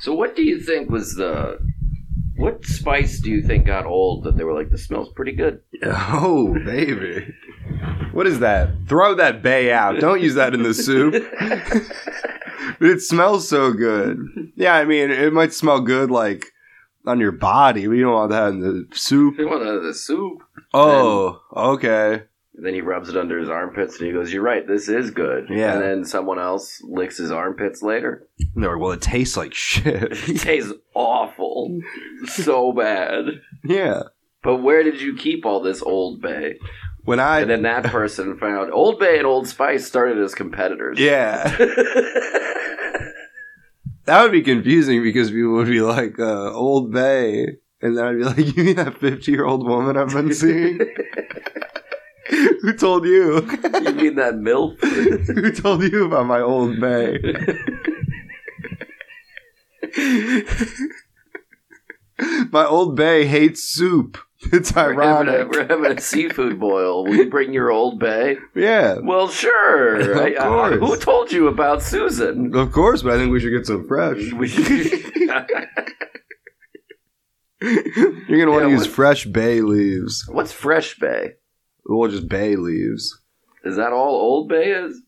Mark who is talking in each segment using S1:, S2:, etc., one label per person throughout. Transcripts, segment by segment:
S1: So what do you think was the what spice do you think got old that they were like this smells pretty good?
S2: Oh, baby. What is that? Throw that bay out. Don't use that in the soup. but it smells so good. Yeah, I mean, it might smell good like on your body, but you don't want that in the soup.
S1: They want out of the soup.
S2: Oh, okay.
S1: And then he rubs it under his armpits and he goes, "You're right. This is good."
S2: Yeah.
S1: And then someone else licks his armpits later.
S2: And they're like, well, it tastes like shit.
S1: It tastes awful, so bad.
S2: yeah.
S1: But where did you keep all this Old Bay?
S2: When I.
S1: And then that person found Old Bay and Old Spice started as competitors.
S2: yeah.
S1: Yeah.
S2: That would be confusing because people would be like, uh, Old Bay. And then I'd be like, you mean that 50 year old woman I've been seeing? Who told you?
S1: you mean that milk?
S2: Who told you about my Old Bay? my Old Bay hates soup. It's
S1: We're having, a,
S2: ironic.
S1: we're having a seafood boil. Will you bring your Old Bay?
S2: Yeah.
S1: Well, sure.
S2: Of
S1: I- I-
S2: course.
S1: who told you about Susan?
S2: Of course, but I think we should get some fresh.
S1: We-
S2: You're gonna want
S1: Yeah,
S2: to use
S1: what-
S2: fresh bay leaves.
S1: What's Fresh Bay?
S2: Well, just bay leaves.
S1: Is that all Old Bay is?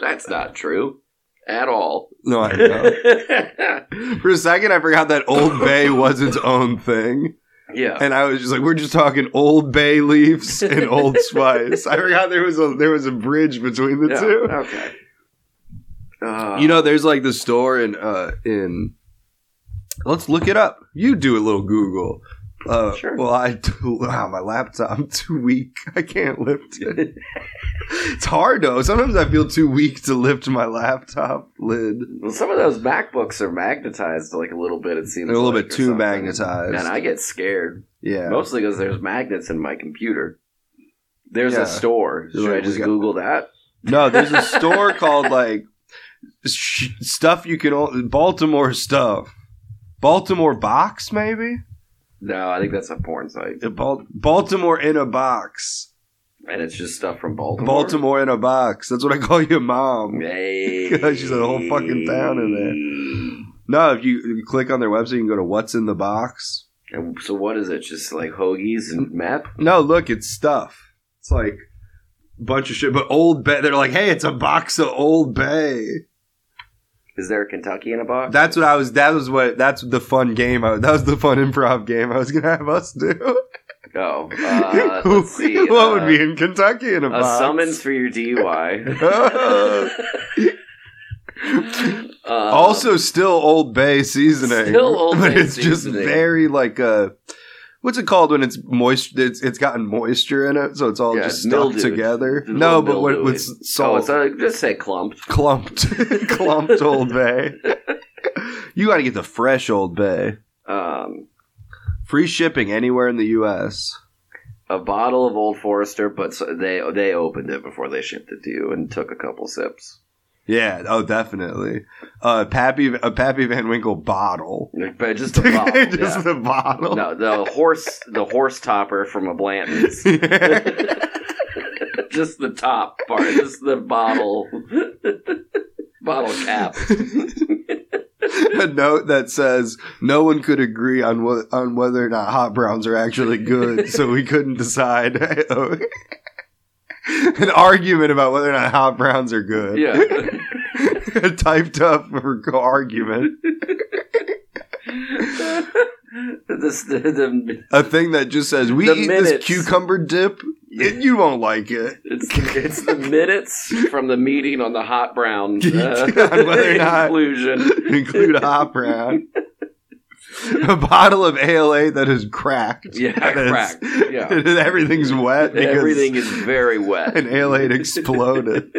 S1: That's not true at all.
S2: No, I know. For a second, I forgot that Old Bay was its own thing,
S1: yeah.
S2: and I was just like, "We're just talking Old Bay leaves and Old Spice." I forgot there was a there was a bridge between the
S1: Yeah,
S2: two.
S1: Okay. Uh,
S2: You know, there's like the store in uh in let's look it up. You do a little Google. Uh,
S1: Sure.
S2: Well, I do. Wow, my laptop. I'm too weak. I can't lift it. it's hard though. Sometimes I feel too weak to lift my laptop lid.
S1: well, some of those MacBooks are magnetized like a little bit. It seems
S2: They're a little
S1: like,
S2: bit
S1: or
S2: too
S1: something.
S2: magnetized.
S1: and I get scared
S2: yeah.
S1: mostly because there's magnets in my computer. There's
S2: Yeah.
S1: a store.
S2: You're
S1: Should
S2: right,
S1: I
S2: we
S1: just
S2: got-
S1: Google that?
S2: No, there's a store called like sh- stuff you can o- Baltimore stuff. Baltimore box maybe?
S1: No, I think that's a porn site,
S2: The Bal- Baltimore in a box.
S1: and it's just stuff from Baltimore.
S2: Baltimore in a box. That's what I call your mom.
S1: Hey.
S2: She's a whole fucking town in there. No, if you, if you click on their website, you can go to what's in the box.
S1: And so what is it? Just like hoagies and meth?
S2: No, look, it's stuff. It's like a bunch of shit. But Old Bay, they're like, hey, it's a box of Old Bay.
S1: Is there a Kentucky in a box?
S2: That's what I was. That was what. That's the fun game. I, that was the fun improv game I was gonna have us do.
S1: oh, uh, let's see.
S2: what
S1: uh,
S2: would be in Kentucky in a,
S1: a
S2: box?
S1: summons for your DUI? Um,
S2: also, still Old Bay seasoning.
S1: Still Old
S2: but
S1: Bay
S2: it's just
S1: seasoning.
S2: very like uh What's it called when it's moist? It's it's gotten moisture in it, so it's all
S1: Yeah,
S2: just
S1: it's
S2: stuck
S1: mildewed.
S2: together.
S1: It's a
S2: No,
S1: little
S2: but what,
S1: mildewed.
S2: with
S1: oh,
S2: salt,
S1: it's a, just say clumped.
S2: clumped, clumped Old Bay. you got to get the fresh Old Bay.
S1: Um,
S2: Free shipping anywhere in the U.S.
S1: a bottle of Old Forester, but so they they opened it before they shipped it to you and took a couple sips.
S2: Yeah, oh, definitely. Uh, Pappy, a Pappy Van Winkle bottle.
S1: But just a bottle.
S2: Just
S1: yeah.
S2: the bottle.
S1: No, the horse the horse topper from a Blanton's.
S2: Yeah.
S1: just the top part, just the bottle, bottle cap.
S2: a note that says no one could agree on what on whether or not hot browns are actually good, so we couldn't decide. An argument about whether or not hot browns are good.
S1: Yeah,
S2: A typed up argument.
S1: This- the, the,
S2: A thing that just says we
S1: The
S2: eat this
S1: minutes.
S2: cucumber dip. and you won't like it.
S1: it's, it's the minutes from the meeting on the hot brown uh,
S2: On whether or not-
S1: inclusion.
S2: include a hot brown, a bottle of ALA that is cracked.
S1: Yeah,
S2: That is-
S1: cracked, yeah.
S2: and everything's wet because
S1: Everything is very wet.
S2: an ALA had exploded.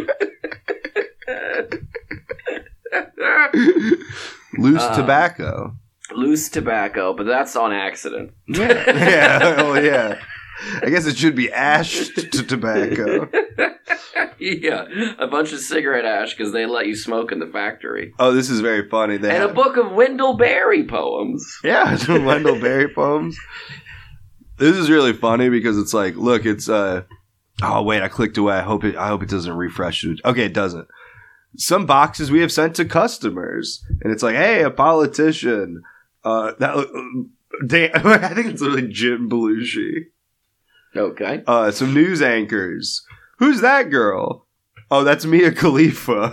S2: Loose
S1: Um,
S2: tobacco.
S1: Loose tobacco, but that's on accident.
S2: yeah, oh yeah. I guess it should be ash to tobacco.
S1: yeah, a bunch of cigarette ash because they let you smoke in the factory.
S2: Oh, this is very funny. They
S1: And a
S2: have-
S1: book of Wendell Berry poems.
S2: Yeah, some Wendell Berry poems. This is really funny because it's like, look, it's uh oh wait, I clicked away. I hope it I hope it doesn't refresh. Okay, it doesn't. some boxes we have sent to customers, and it's like, hey, a politician. Uh, that uh, Dan, I think it's literally Jim Belushi.
S1: Okay.
S2: Uh, some news anchors. Who's that girl? Oh, that's Mia Khalifa.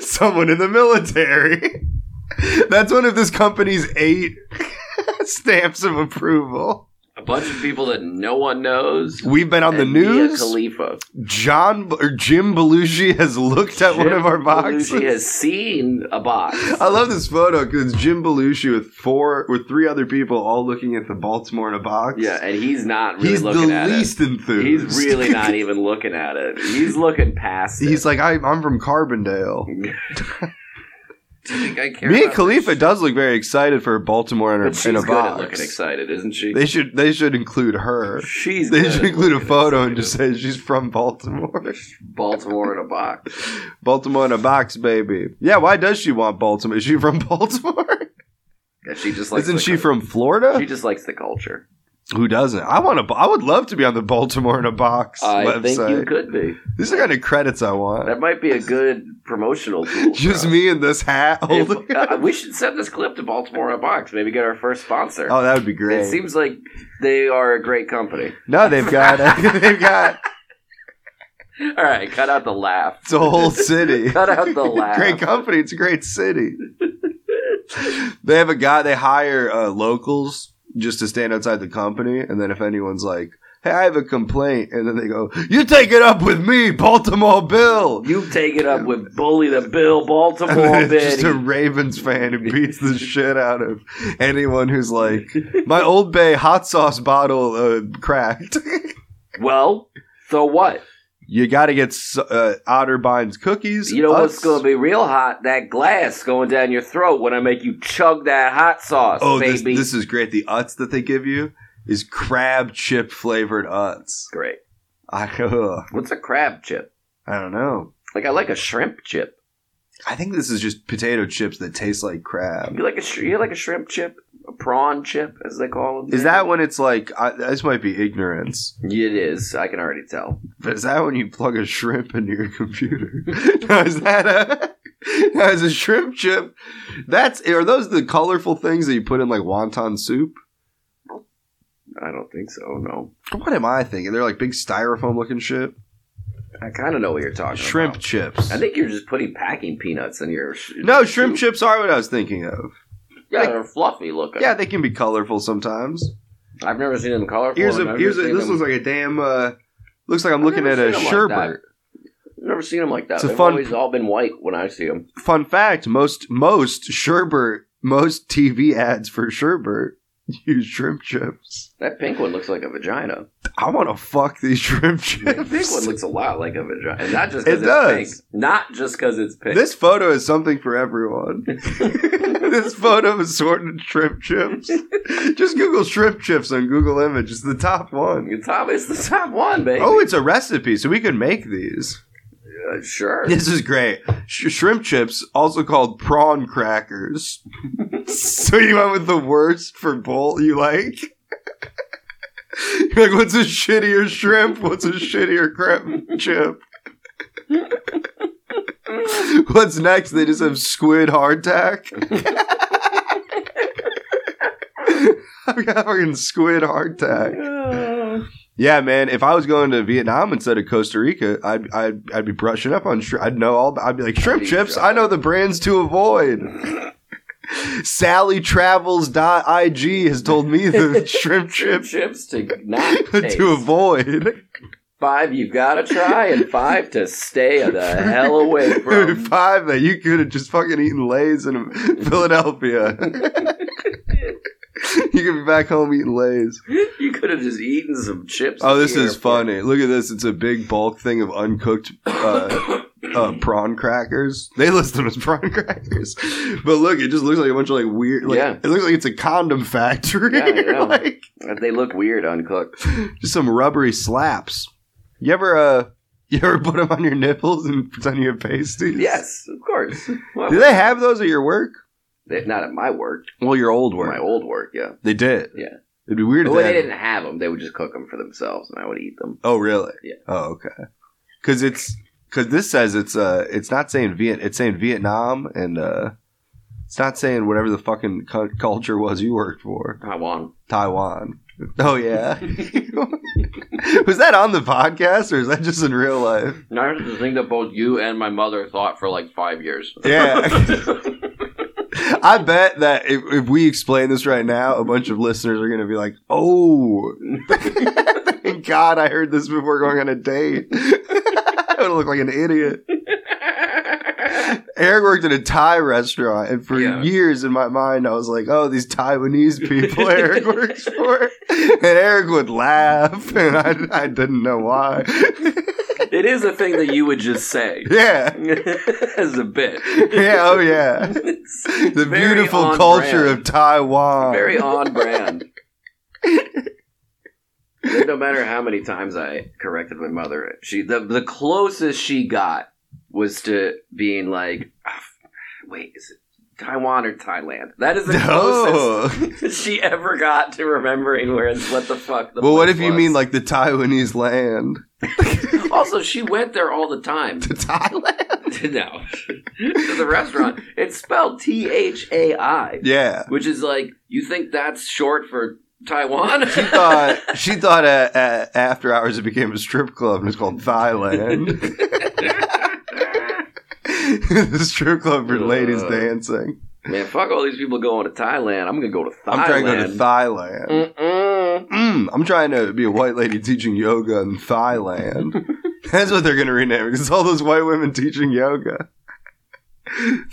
S2: Someone in the military. That's one of this company's eight stamps of approval.
S1: A bunch of people that no one knows.
S2: We've been on the
S1: And Mia
S2: news.
S1: Khalifa.
S2: John or Jim Belushi has looked at one
S1: Jim
S2: of our boxes.
S1: Belushi has seen a box.
S2: I love this photo because it's Jim Belushi with four with three other people all looking at the Baltimore in a box.
S1: Yeah, and he's not really
S2: he's the
S1: looking at it.
S2: least enthused.
S1: He's really not even looking at it. He's looking past it.
S2: He's like, I, I'm from Carbondale.
S1: Do you think I care?
S2: Mia
S1: about
S2: Khalifa does look very excited for Baltimore in,
S1: this?
S2: her,
S1: But she's
S2: in a
S1: good at looking
S2: box.
S1: excited, isn't she?
S2: They should they should include her.
S1: she's
S2: They
S1: good
S2: should
S1: at
S2: include a
S1: looking
S2: photo and
S1: excited.
S2: just say she's from Baltimore.
S1: Baltimore in a box.
S2: Baltimore in a box, baby. Yeah, why does she want Baltimore? Is she from Baltimore?
S1: Yeah, she just likes
S2: Isn't
S1: the
S2: she
S1: cul-
S2: from Florida?
S1: She just likes the culture.
S2: Who doesn't? I want to. I would love to be on the Baltimore in a box
S1: I
S2: website.
S1: think you could be.
S2: These are the kind of credits I want.
S1: That might be a good promotional tool. for
S2: Just
S1: us.
S2: me in this hat.
S1: If-
S2: holding-
S1: uh, we should send this clip to Baltimore in a box. Maybe get our first sponsor.
S2: oh, that would be
S1: it
S2: great.
S1: seems like they are a great company.
S2: no, they've got. they've got.
S1: All right, cut out the laugh.
S2: It's a whole city.
S1: Cut out the laugh.
S2: great company. It's a great city. they have a guy. They hire uh, locals just to stand outside the company, and then if anyone's like. Hey, I have a complaint, and then they go, "You take it up with me, Baltimore Bill."
S1: You take it up with Bully the Bill
S2: And then
S1: Baltimore,
S2: it's just a
S1: bitch.
S2: Ravens fan who beats the shit out of anyone who's like, my Old Bay hot sauce bottle uh, cracked.
S1: Well, so what?
S2: you got to get s- uh, Otterbine's cookies.
S1: You know
S2: us-
S1: what's going to be real hot? That glass going down your throat when I make you chug that hot sauce,
S2: Oh, this,
S1: baby.
S2: this is great. The Utz that they give you is crab chip flavored Utz.
S1: Great.
S2: I, ugh,
S1: What's a crab chip?
S2: I don't know.
S1: Like I like a shrimp chip.
S2: I think this is just potato chips that taste like crab.
S1: You like a sh- you like a shrimp chip, a prawn chip, as they call them.
S2: Is that when it's like, I, this might be ignorance.
S1: It is. I can already tell.
S2: But is that when you plug a shrimp into your computer? now, is that a now is a shrimp chip? That's are those the colorful things that you put in like wonton soup?
S1: I don't think so. No.
S2: What am I thinking? They're like big styrofoam looking shit.
S1: I kind of know what you're talking
S2: Shrimp
S1: about.
S2: chips.
S1: I think you're just putting packing peanuts in your. Sh-
S2: no, shrimp
S1: soup.
S2: chips are what I was thinking of.
S1: Yeah, they're fluffy looking.
S2: Yeah, they can be colorful sometimes.
S1: I've never seen them colorful.
S2: Here's
S1: and
S2: a
S1: I've
S2: here's a
S1: never
S2: this
S1: seen
S2: looks
S1: them-
S2: like a damn uh looks like I'm
S1: I've
S2: looking at
S1: never
S2: a
S1: seen 'em like that.
S2: sherbet.
S1: never seen them like that.
S2: It's a
S1: They've
S2: fun-
S1: always all been white when I see them.
S2: Fun fact, most most sherbet most TV ads for sherbet use shrimp chips.
S1: That pink one looks like a vagina.
S2: I want to fuck these shrimp
S1: That pink one
S2: chips.
S1: looks a lot like a vagina, and not just because
S2: It
S1: it's
S2: does.
S1: pink. Not just because it's pink.
S2: This photo is something for everyone. this photo is sorting shrimp chips. Just Google shrimp chips on Google Image. It's the top one.
S1: It's obvious the top one, baby.
S2: Oh, it's a recipe, so we could make these.
S1: Uh, sure.
S2: This is great. Sh- shrimp chips, also called prawn crackers. so you went with the worst for bowl you like? You're like, what's a shittier shrimp? What's a shittier crab chip? What's next? They just have squid hardtack. I've got fucking squid hardtack. Yeah, man. If I was going to Vietnam instead of Costa Rica, I'd I'd, I'd be brushing up on. Shri- I'd know all. I'd be like shrimp
S1: Please
S2: chips.
S1: try.
S2: I know the brands to avoid. SallyTravels.ig has told me the shrimp
S1: Shrimp
S2: chips
S1: chips to not taste.
S2: to avoid.
S1: Five you've got to try, and five to stay the hell away from.
S2: Five that you could have just fucking eaten Lay's in Philadelphia. you could be back home eating Lay's.
S1: You could have just eaten some chips.
S2: Oh,
S1: at
S2: this
S1: the
S2: is
S1: airport.
S2: funny. Look at this. It's a big bulk thing of uncooked uh, uh, prawn crackers. They list them as prawn crackers, but look, it just looks like a bunch of like weird. Like,
S1: Yeah.
S2: it looks like it's a condom factory.
S1: Yeah, I know.
S2: like
S1: They look weird uncooked.
S2: just some rubbery slaps. You ever uh, you ever put them on your nipples and pretend you have pasties?
S1: Yes, of course. Well,
S2: Do they have those at your work?
S1: they- not at my work.
S2: Well, your old work.
S1: My old work, yeah.
S2: They did.
S1: Yeah.
S2: It'd be weird.
S1: But
S2: if
S1: when
S2: they
S1: they
S2: had-
S1: didn't have them, they would just cook them for themselves, and I would eat them.
S2: Oh, really?
S1: Yeah.
S2: Oh, okay. Because it's because this says it's uh it's not saying Viet it's saying Vietnam and uh it's not saying whatever the fucking cu- culture was you worked for
S1: I won.
S2: Taiwan. Oh yeah, was that on the podcast or is that just in real life?
S1: Now this is the thing that both you and my mother thought for like five years.
S2: Yeah. I bet that if, if we explain this right now, a bunch of listeners are going to be like, "Oh, thank God, I heard this before going on a date." I would look like an idiot. Eric worked at a Thai restaurant, and for
S1: Yeah.
S2: years in my mind, I was like, "Oh, these Taiwanese people Eric works for," and Eric would laugh, and I, I didn't know why.
S1: it is a thing that you would just say
S2: yeah,
S1: as a bit.
S2: yeah, oh yeah,
S1: It's
S2: the
S1: very
S2: beautiful
S1: on
S2: culture
S1: brand.
S2: of Taiwan.
S1: very on brand. And no matter how many times I corrected my mother, she the the closest she got was to being like, "Ah, "Wait, is it Taiwan or Thailand?" That is the closest
S2: Oh.
S1: she ever got to remembering where it's what the fuck. The
S2: Well, what
S1: place
S2: if you
S1: was.
S2: mean like the Taiwanese land?
S1: Also, she went there all the time.
S2: To Thailand?
S1: no, to the restaurant. It's spelled T H A I,
S2: Yeah.
S1: which is like you think that's short for Taiwan.
S2: She thought she thought uh, uh, after hours it became a strip club and it's called Thailand. the strip club for ladies
S1: Ugh.
S2: dancing.
S1: Man, fuck all these people going to Thailand. I'm gonna go to Thailand.
S2: I'm trying to go to Thailand.
S1: Mm-mm.
S2: Mm, I'm trying to be a white lady teaching yoga in Thailand. That's what they're going to rename it. 'cause It's all those white women teaching yoga.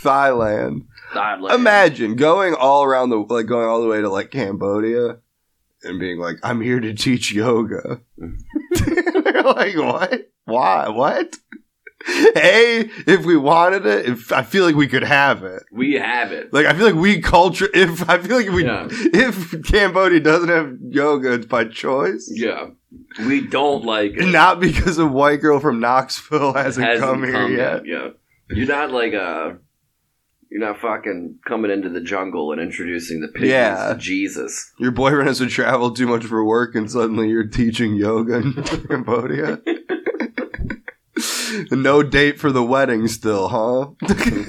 S2: Thailand.
S1: Thailand.
S2: Imagine going all around the like going all the way to like Cambodia and being like, I'm here to teach yoga. They're like, what? Why? What? Hey, if we wanted it, if I feel like we could have it.
S1: we have it.
S2: Like I feel like we culture if I feel like we
S1: Yeah.
S2: if Cambodia doesn't have yoga it's by choice.
S1: Yeah, we don't like it.
S2: Not because a white girl from Knoxville hasn't,
S1: Hasn't
S2: come, here yet.
S1: Yeah, you're not like uh You're not fucking coming into the jungle and introducing the pigeons
S2: Yeah.
S1: to Jesus.
S2: Your boyfriend has to travel too much for work, and suddenly you're teaching yoga in Cambodia. no date for the wedding, still, huh?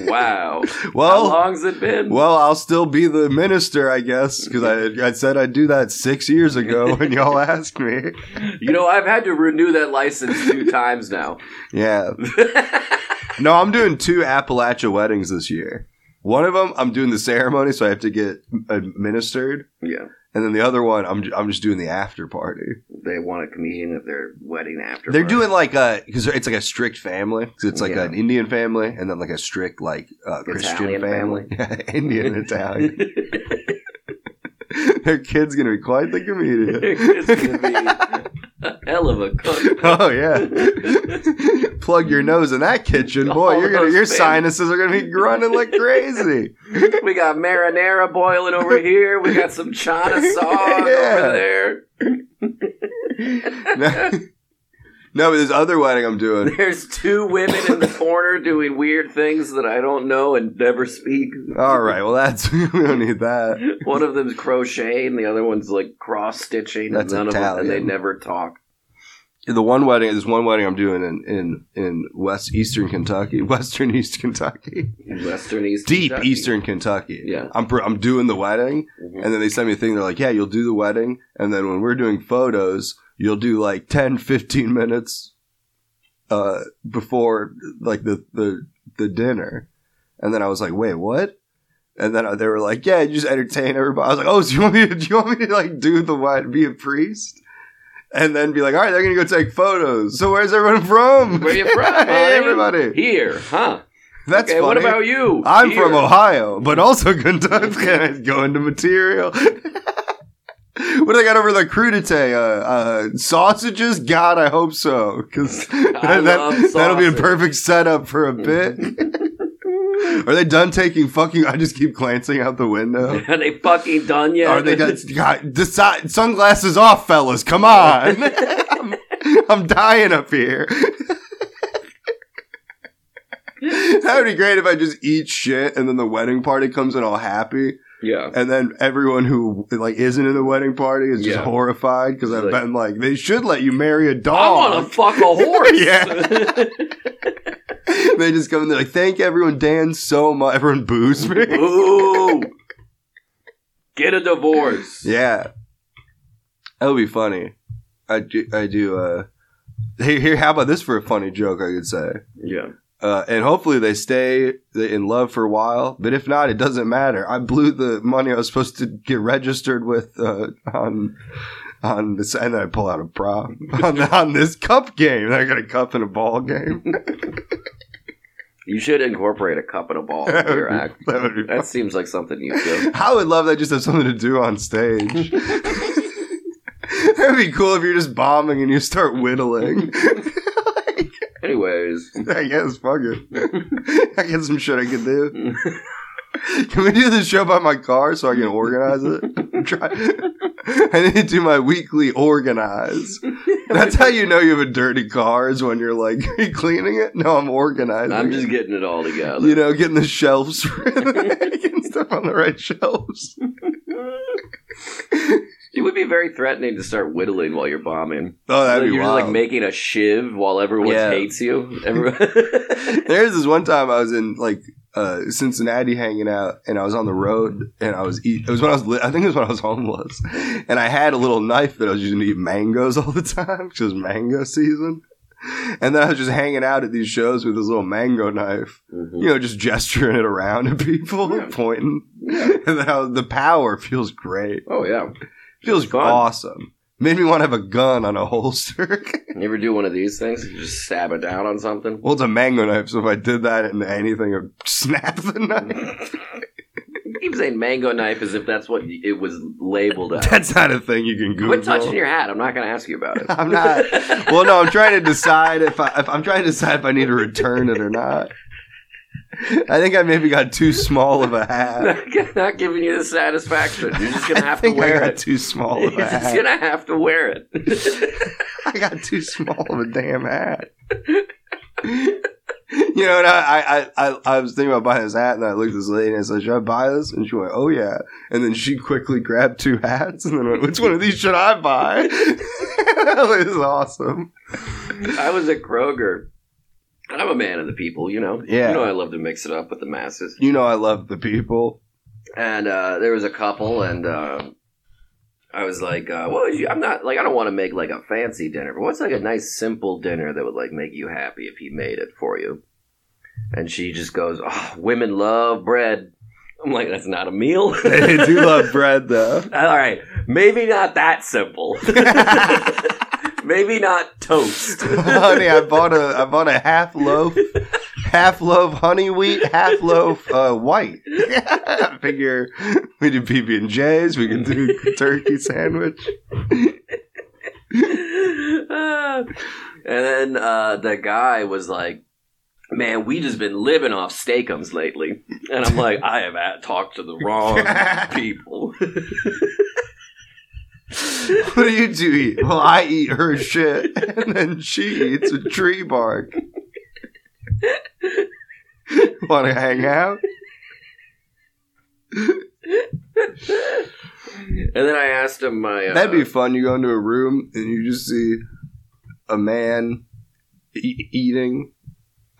S1: Wow. How
S2: well,
S1: long's it been?
S2: well, I'll still be the minister, I guess, because I, I said I'd do that six years ago when y'all asked me.
S1: You know, I've had to renew that license two times now.
S2: Yeah, no, I'm doing two Appalachia weddings this year. One of them, I'm doing the ceremony, so I have to get administered,
S1: yeah,
S2: and then the other one, I'm ju- I'm just doing the after party.
S1: they want a comedian at their wedding after.
S2: They're
S1: party.
S2: doing like a because it's like a strict family. 'Cause it's like
S1: Yeah.
S2: an Indian family and then like a strict like uh, Christian
S1: Italian
S2: family, Yeah, Indian and Italian. Their kid's gonna be quite the
S1: it's gonna
S2: comedian.
S1: be a hell of a cook.
S2: oh yeah, plug your nose in that kitchen, boy.
S1: All
S2: you're gonna
S1: those
S2: your
S1: fam-
S2: sinuses are gonna be grunting like crazy.
S1: We got marinara boiling over here. We got some chana sauce
S2: Yeah.
S1: over there.
S2: no, no, but this other wedding I'm doing.
S1: There's two women in the corner doing weird things that I don't know and never speak.
S2: All right, well that's we don't need that.
S1: One of them's crocheting, the other one's like cross stitching, and
S2: That's
S1: none of them, and they
S2: Italian.
S1: never talk.
S2: the one wedding there's one wedding I'm doing in in in west eastern Kentucky, western East Kentucky,
S1: Western East,
S2: deep
S1: Kentucky.
S2: eastern Kentucky.
S1: Yeah.
S2: I'm pr- I'm doing the wedding,
S1: Mhm.
S2: and then they send me a thing. They're like, yeah, you'll do the wedding, and then when we're doing photos, you'll do like 10, 15 minutes, uh, before like the the the dinner, and then I was like, wait, what? And then I- they were like, "Yeah, you just entertain everybody." I was like, "Oh, so you want me to? Do you want me to like do the what? Be a priest?" And then be like, "All right, they're gonna go take photos." So where's everyone from?
S1: Where you from? honey?
S2: hey, everybody.
S1: Here, huh?
S2: That's
S1: okay,
S2: funny.
S1: what about you?
S2: I'm
S1: Here.
S2: from Ohio, but also Kentucky. go into material. what do they got over the crudité? Uh, uh, sausages? God, I hope so, because
S1: I love
S2: that, that'll be a
S1: sausage.
S2: perfect setup for a bit. Are they done taking fucking? I just keep glancing out the window.
S1: Are they fucking done yet?
S2: Are they got, God, decide, sunglasses off, fellas? Come on, I'm, I'm dying up here. that would be great if I just eat shit and then the wedding party comes in all happy,
S1: yeah.
S2: and then everyone who like isn't in the wedding party is just
S1: Yeah.
S2: horrified because I've
S1: Like-
S2: been like, they should let you marry a
S1: I
S2: dog.
S1: want to fuck a horse.
S2: Oh. Yeah. they just come in there like, thank everyone, Dan, so much. Everyone boos me.
S1: Ooh. Get a divorce.
S2: Yeah. That would be funny. I do, I do, uh, hey, here, how about this for a funny joke, I could say?
S1: Yeah.
S2: Uh, and hopefully they stay in love for a while, but if not, it doesn't matter. I blew the money I was supposed to get registered with, uh, on, on this, and then I pull out a prop on, on this cup game. I got a cup and a ball game.
S1: You should incorporate a cup and a ball
S2: That
S1: into
S2: would
S1: your
S2: be-
S1: act.
S2: that would be
S1: That seems like something you do.
S2: I would love that just to have something to do on stage. That'd be cool if you're just bombing and you start whittling.
S1: Anyways.
S2: I guess, fuck it. I got some shit I could do. Can we do this show by my car so I can organize it? Try. I need to do my weekly organize. That's how you know you have a dirty car is when you're like, are you cleaning it? No, I'm organizing.
S1: I'm just
S2: it.
S1: getting it all together.
S2: you know, getting the shelves, getting stuff on the right shelves.
S1: It would be very threatening to start whittling while you're bombing.
S2: Oh, that'd
S1: Like,
S2: be
S1: you're
S2: wild.
S1: just like making a shiv while everyone
S2: Yeah.
S1: hates you. Everyone-
S2: There's this one time I was in like uh, Cincinnati hanging out, and I was on the road, and I was eat. It was when I was, li- I think it was when I was homeless, and I had a little knife that I was using to eat mangoes all the time because it was mango season. And then I was just hanging out at these shows with this little mango knife,
S1: Mm-hmm.
S2: you know, just gesturing it around to people,
S1: Yeah.
S2: pointing.
S1: Yeah.
S2: And then I was- the power feels great.
S1: Oh yeah.
S2: Feels
S1: Fun.
S2: awesome. Made me want to have a gun on a holster.
S1: You ever do one of these things? You just stab it down on something.
S2: well, it's a mango knife, so if I did that and anything, it'd snap the knife.
S1: You keep saying mango knife as if that's what it was labeled as.
S2: That's not a thing you can Google.
S1: Quit touching your hat. I'm not going to ask you about it.
S2: I'm not. Well, no, I'm trying to decide if, I, if I'm trying to decide if I need to return it or not. I think I maybe got too small of a hat.
S1: not, not giving you the satisfaction. You're just going
S2: I
S1: to have to
S2: think I
S1: wear
S2: got
S1: it.
S2: too small
S1: You're
S2: of a
S1: just
S2: hat.
S1: going to have to wear it.
S2: I got too small of a damn hat. You know, and I, I, I, I was thinking about buying this hat, and I looked at this lady and I said, "Should I buy this?" And she went, "Oh yeah." And then she quickly grabbed two hats and then went, "Which one of these should I buy?" that was awesome.
S1: I was at Kroger. I'm a man of the people, you know.
S2: Yeah.
S1: You know I love to mix it up with the masses.
S2: You know, I love the people.
S1: And uh, there was a couple, and uh, I was like, uh, "Well, you, I'm not like I don't want to make like a fancy dinner, but what's like a nice simple dinner that would like make you happy if he made it for you?" And she just goes, "Oh, women love bread." I'm like, "That's not a meal."
S2: They do love bread, though.
S1: All right, maybe not that simple. maybe not toast.
S2: honey, I bought a I bought a half loaf, half loaf honey wheat, half loaf uh, white. I figure we do PB and J's, we can do turkey sandwich.
S1: Ah. and then uh, the guy was like, "Man, we just been living off steakums lately," and I'm like, "I have at- talked to the wrong people."
S2: What do you two eat? Well, I eat her shit, and then she eats a tree bark. Want to hang out?
S1: and then I asked him my uh,
S2: That'd be fun. You go into a room and you just see a man e- eating,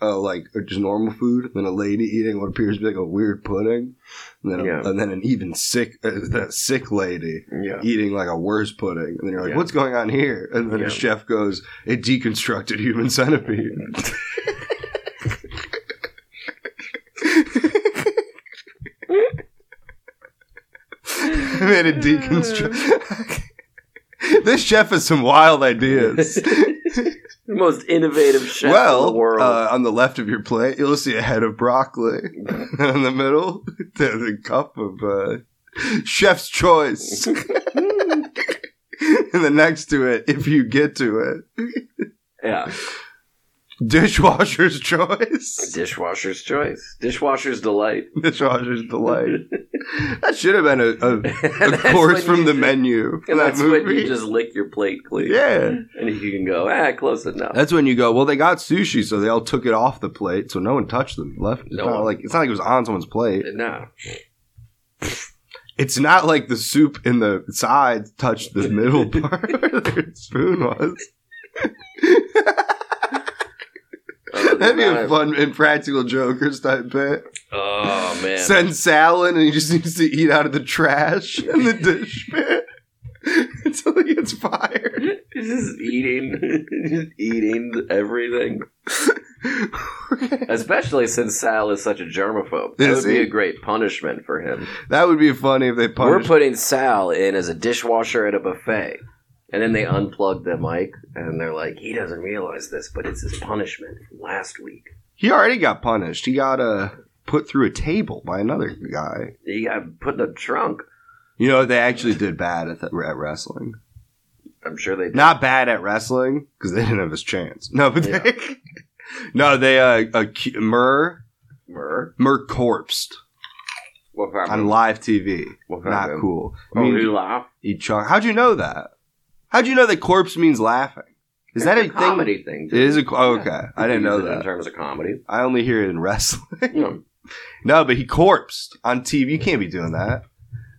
S2: uh, like or just normal food, then a lady eating what appears to be like a weird pudding, and then a-
S1: Yeah.
S2: and then an even sick uh, that sick lady
S1: yeah.
S2: eating like a worse pudding, and then you're like,
S1: Yeah.
S2: "What's going on here?" And then
S1: Yeah.
S2: the chef goes, "A deconstructed human centipede." I made a deconstruct. this chef has some wild ideas.
S1: The most innovative chef in the
S2: well,
S1: world.
S2: uh, on the left of your plate, you'll see a head of broccoli. and in the middle, there's a cup of uh, chef's choice. and then next to it, if you get to it,
S1: yeah,
S2: dishwasher's choice.
S1: dishwasher's choice, dishwasher's delight.
S2: Dishwasher's delight. that should have been a, a, a
S1: That's
S2: course
S1: when
S2: from
S1: you
S2: the
S1: just-
S2: menu. for
S1: And
S2: that
S1: that's when
S2: movie.
S1: you just lick your plate clean.
S2: yeah.
S1: And you can go, ah, close enough.
S2: That's when you go. Well, they got sushi, so they all took it off the plate, so no one touched them. Left. It's
S1: No
S2: not
S1: one.
S2: like it's not like it was on someone's plate.
S1: no.
S2: It's not like the soup in the sides touched the middle part where the spoon was.
S1: Oh,
S2: That'd be a
S1: nice.
S2: fun impractical jokers type bit.
S1: Oh man.
S2: Send salad and he just needs to eat out of the trash in the dish pit until he gets fired.
S1: He's just eating, just eating everything. Especially since Sal is such a germaphobe. That
S2: Is
S1: would be
S2: he?
S1: a great punishment for him.
S2: that would be funny if they
S1: We're
S2: punished.
S1: putting Sal in as a dishwasher at a buffet. And then they unplug the mic and they're like, he doesn't realize this, but it's his punishment from last week.
S2: he already got punished. He got uh, put through a table by another guy.
S1: He got put in a trunk.
S2: You know they actually did bad at, the, at wrestling.
S1: I'm sure they
S2: Not bad at wrestling because they didn't have his chance. No, but
S1: Yeah.
S2: they, no, they uh, acu- Mur
S1: were.
S2: Mur corpsed
S1: What happened?
S2: on live TV.
S1: What
S2: Not
S1: happened?
S2: cool. I
S1: Oh,
S2: mean,
S1: you laugh?
S2: He chunk. How'd you know that? How'd you know that corpse means laughing? Is that a,
S1: It's
S2: thing?
S1: comedy thing?
S2: It is a. Oh, okay, I didn't
S1: Use
S2: know
S1: it In
S2: that.
S1: terms of comedy.
S2: I only hear it in wrestling.
S1: No.
S2: No, but he corpsed on TV. You can't be doing that.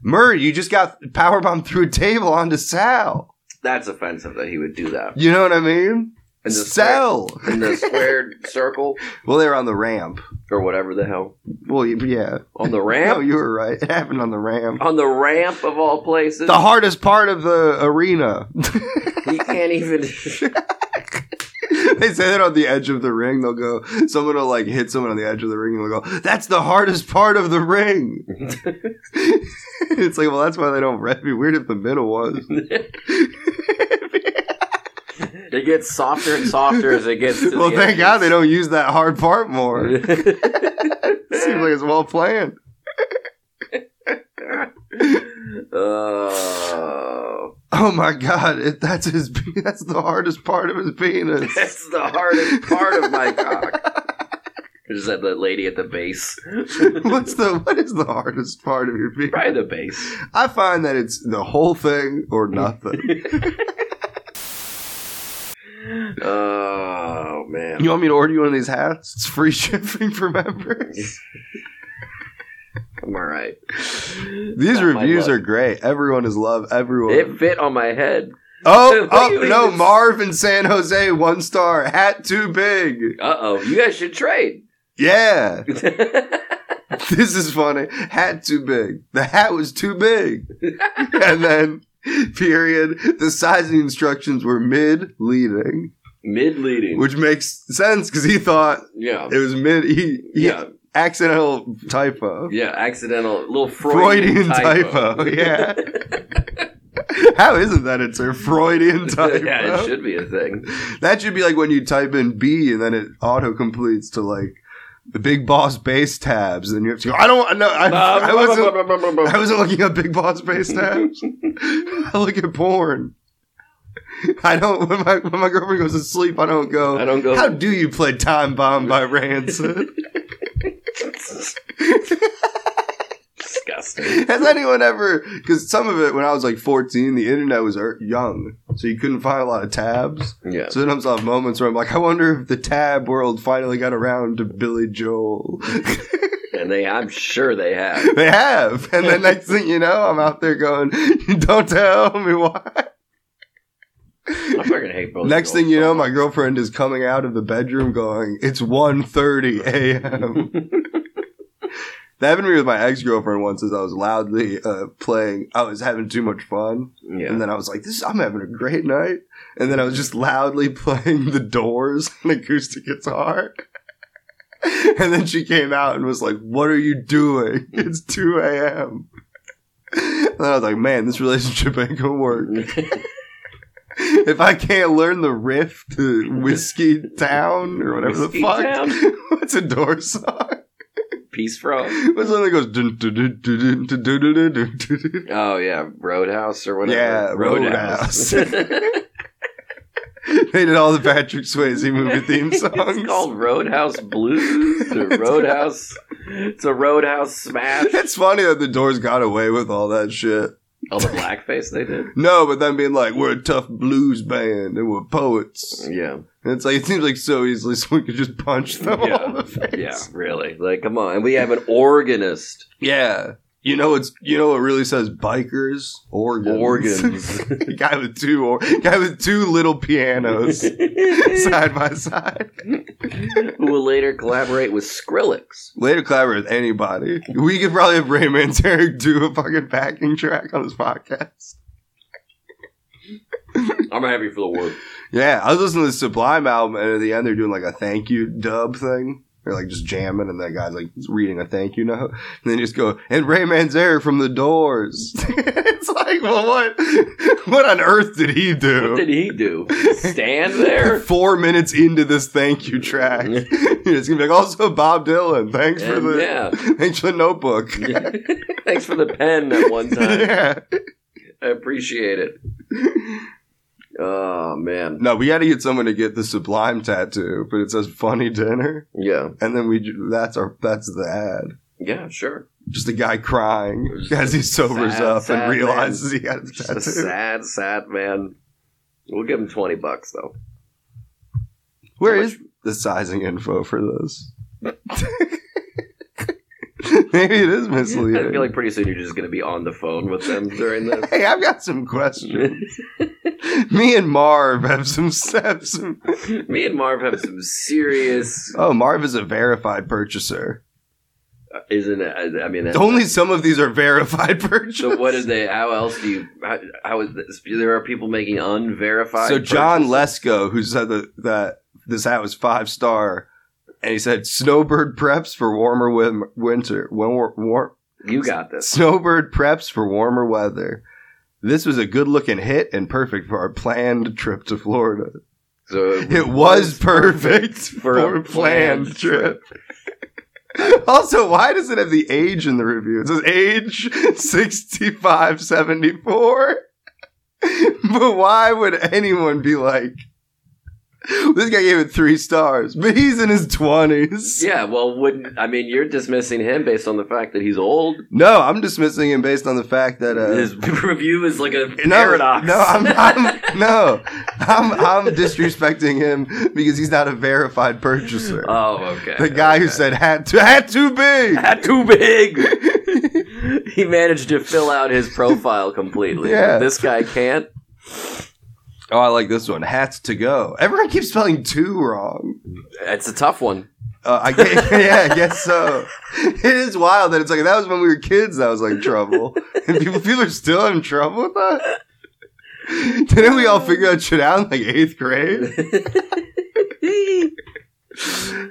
S2: Murray, you just got powerbombed through a table onto Sal.
S1: That's offensive that he would do that.
S2: You know what I mean?
S1: In the
S2: Sal.
S1: square- in the squared circle
S2: Well, they were on the ramp.
S1: or whatever the hell.
S2: Well, y- yeah.
S1: On the
S2: No,
S1: ramp?
S2: Oh, you were right. It happened on the ramp.
S1: on the ramp of all places.
S2: The hardest part of the arena.
S1: you can't even.
S2: they say that on the edge of the ring. They'll go, someone will like hit someone on the edge of the ring and they'll go, that's the hardest part of the ring. it's like, well, that's why they don't, it'd be weird if the middle was.
S1: it gets softer and softer as it gets. To
S2: well,
S1: the
S2: thank
S1: edges.
S2: God they don't use that hard part more. Seems like it's well planned.
S1: Oh,
S2: Oh my God, it, that's his, pe- that's the hardest part of his penis.
S1: that's the hardest part of my cock. Is that the lady at the base?
S2: What's the, what is the hardest part of your penis?
S1: Probably the base.
S2: I find that it's the whole thing or nothing.
S1: Oh man.
S2: You want me to order you one of these hats? It's free shipping for members.
S1: I'm all right.
S2: These
S1: Not my
S2: reviews are
S1: luck.
S2: great. Everyone is love. Everyone.
S1: It fit on my head.
S2: oh,
S1: What do
S2: oh
S1: you
S2: no!
S1: mean?
S2: Marv in San Jose, one star. Hat too big.
S1: Uh oh. You guys should trade.
S2: Yeah, this is funny. Hat too big. The hat was too big. and then, period. The sizing instructions were mid leading,
S1: Mid leading.
S2: which makes sense because he thought
S1: Yeah.
S2: it was mid. He, he
S1: Yeah.
S2: accidental typo.
S1: Yeah, accidental little Freudian,
S2: Freudian
S1: typo.
S2: typo. Yeah. How is it that it's a Freudian typo?
S1: yeah, it should be a thing.
S2: That should be like when you type in B and then it auto completes to like the Big Boss base tabs. And you have to go, I don't know. I, I, wasn't, I wasn't looking up Big Boss base tabs. I look at porn. I don't, when my, when my girlfriend goes to sleep, I don't go,
S1: I don't go.
S2: How do you play Time Bomb by Rancid?
S1: Disgusting.
S2: Has anyone ever? Because some of it, when I was like 14, the internet was er- young, so you couldn't find a lot of tabs.
S1: Yeah.
S2: So sometimes I have moments where I'm like, I wonder if the tab world finally got around to Billy Joel.
S1: And they, I'm sure they have.
S2: they have, and the next thing you know, I'm out there going, "Don't tell me why."
S1: I'm fucking hate both.
S2: Next
S1: of
S2: thing
S1: those
S2: you know,
S1: songs.
S2: my girlfriend is coming out of the bedroom going, It's 1.30 a.m. that happened to me with my ex-girlfriend once as I was loudly uh, playing. I was having too much fun.
S1: Yeah.
S2: And then I was like, "This, I'm having a great night." And then I was just loudly playing The Doors on acoustic guitar. and then she came out and was like, "What are you doing? It's 2 a.m." And I was like, "Man, this relationship ain't gonna work if I can't learn the riff to Whiskey Town or whatever
S1: Whiskey
S2: the fuck."
S1: Town.
S2: What's a Doors song?
S1: Peace, bro.
S2: What's one that goes? dun, dun, dun, dun, dun, dun, dun, dun, dun, dun, dun.
S1: Oh yeah, Roadhouse or whatever.
S2: Yeah, They did all the Patrick Swayze movie theme songs.
S1: it's called Roadhouse Blues. Or Roadhouse. It's a Roadhouse smash.
S2: It's funny that the Doors got away with all that shit.
S1: All the blackface they did.
S2: No, but then being like, we're a tough blues band and we're poets.
S1: Yeah,
S2: And it's like, it seems like so easily someone could just punch them all in the face.
S1: yeah, really. Like, come on. And we have an organist.
S2: Yeah. You know it's you know it really says bikers organs.
S1: Organs.
S2: guy with two or, guy with two little pianos side by side.
S1: Who will later collaborate with Skrillex.
S2: Later collaborate with anybody. We could probably have Ray Manzarek do a fucking backing track on this podcast.
S1: I'm happy for the work.
S2: Yeah, I was listening to the Sublime album, and at the end they're doing like a thank you dub thing. They're like just jamming, and that guy's like reading a thank you note, and then just go and Ray Manzarek from the Doors. it's like, well, what? What on earth did he do?
S1: What did he do? Stand there?
S2: Four minutes into this thank you track, it's gonna be like also Bob Dylan. Thanks for
S1: And,
S2: the
S1: yeah.
S2: thanks for the notebook.
S1: Thanks for the pen at one time.
S2: yeah.
S1: I appreciate it. Oh man.
S2: No, we got to get someone to get the Sublime tattoo, but it says funny dinner,
S1: Yeah.
S2: and then we ju- that's our that's the ad.
S1: Yeah, sure.
S2: Just a guy crying
S1: Just
S2: as he sobers
S1: sad,
S2: up
S1: sad
S2: and realizes he got a
S1: Just a
S2: tattoo.
S1: sad, sad man. We'll give him twenty bucks though.
S2: Where
S1: How
S2: is the sizing info for this? Maybe it is
S1: I
S2: misleading.
S1: feel like pretty soon you're just gonna be on the phone with them during this.
S2: hey, I've got some questions. Me and Marv have some steps. Some...
S1: Me and Marv have some serious.
S2: Oh, Marv is a verified purchaser.
S1: Isn't it? I- I mean, that's-
S2: Only some of these are verified purchases.
S1: So what is they? How else do you? How, how is this? There are people making unverified.
S2: So John
S1: purchases?
S2: Lesko, who said that, that this hat was five star, and he said snowbird preps for warmer win- winter. Warm, warm,
S1: you got this.
S2: snowbird preps for warmer weather. This was a good looking hit and perfect for our planned trip to Florida.
S1: So
S2: It was perfect for a planned trip. Also, why does it have the age in the review? It says age 65, 74. But why would anyone be like, this guy gave it three stars, but he's in his 20s?
S1: Yeah, well, wouldn't I mean you're dismissing him based on the fact that he's old?
S2: No, I'm dismissing him based on the fact that. Uh,
S1: His review is like a
S2: no,
S1: paradox.
S2: No, I'm, I'm no, I'm I'm disrespecting him because he's not a verified purchaser.
S1: oh, okay.
S2: the guy who
S1: okay.
S2: said had to had too big.
S1: Not too big. he managed to fill out his profile completely.
S2: Yeah.
S1: This guy can't.
S2: Oh, I like this one. Hats to go. Everyone keeps spelling two wrong.
S1: It's a tough one.
S2: Uh, I gue- yeah, I guess so. It is wild that it's like that was when we were kids. That was like trouble. And people, people are still having trouble with that. Didn't we all figure that shit out in like eighth grade?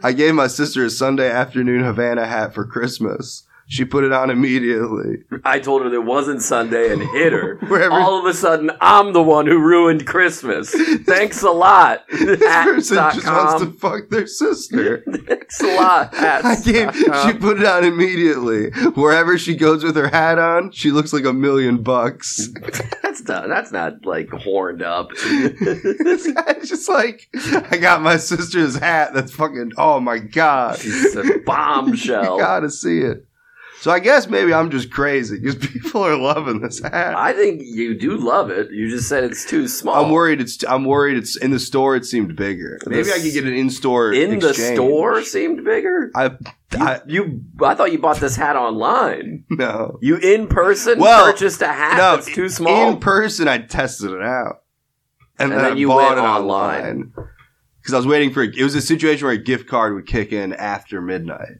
S2: I gave my sister a Sunday afternoon Havana hat for Christmas. She put it on immediately.
S1: I told her there wasn't Sunday and hit her.
S2: Wherever-
S1: All of a sudden, I'm the one who ruined Christmas. Thanks a lot.
S2: This person just wants to
S1: Hats.com.
S2: fuck their sister.
S1: Thanks a lot.
S2: I
S1: Hats.
S2: gave, she put it on immediately. Wherever she goes with her hat on, she looks like a million bucks.
S1: That's not, that's not like horned up.
S2: this guy's just like, I got my sister's hat. That's fucking, oh my God.
S1: It's a
S2: You
S1: bombshell.
S2: gotta see it. So I guess maybe I'm just crazy because people are loving this hat.
S1: I think you do love it. You just said it's too small.
S2: I'm worried it's, I'm worried it's, in the store it seemed bigger. Maybe I could get an in-store
S1: In the
S2: exchange.
S1: store seemed bigger.
S2: I, I,
S1: You, I thought you bought this hat online.
S2: no.
S1: You in person
S2: Well,
S1: purchased a hat
S2: no,
S1: that's too small.
S2: In person, I tested it out, and, then,
S1: then
S2: I
S1: you
S2: bought
S1: went
S2: it
S1: online.
S2: online because I was waiting for. It was a situation where a gift card would kick in after midnight.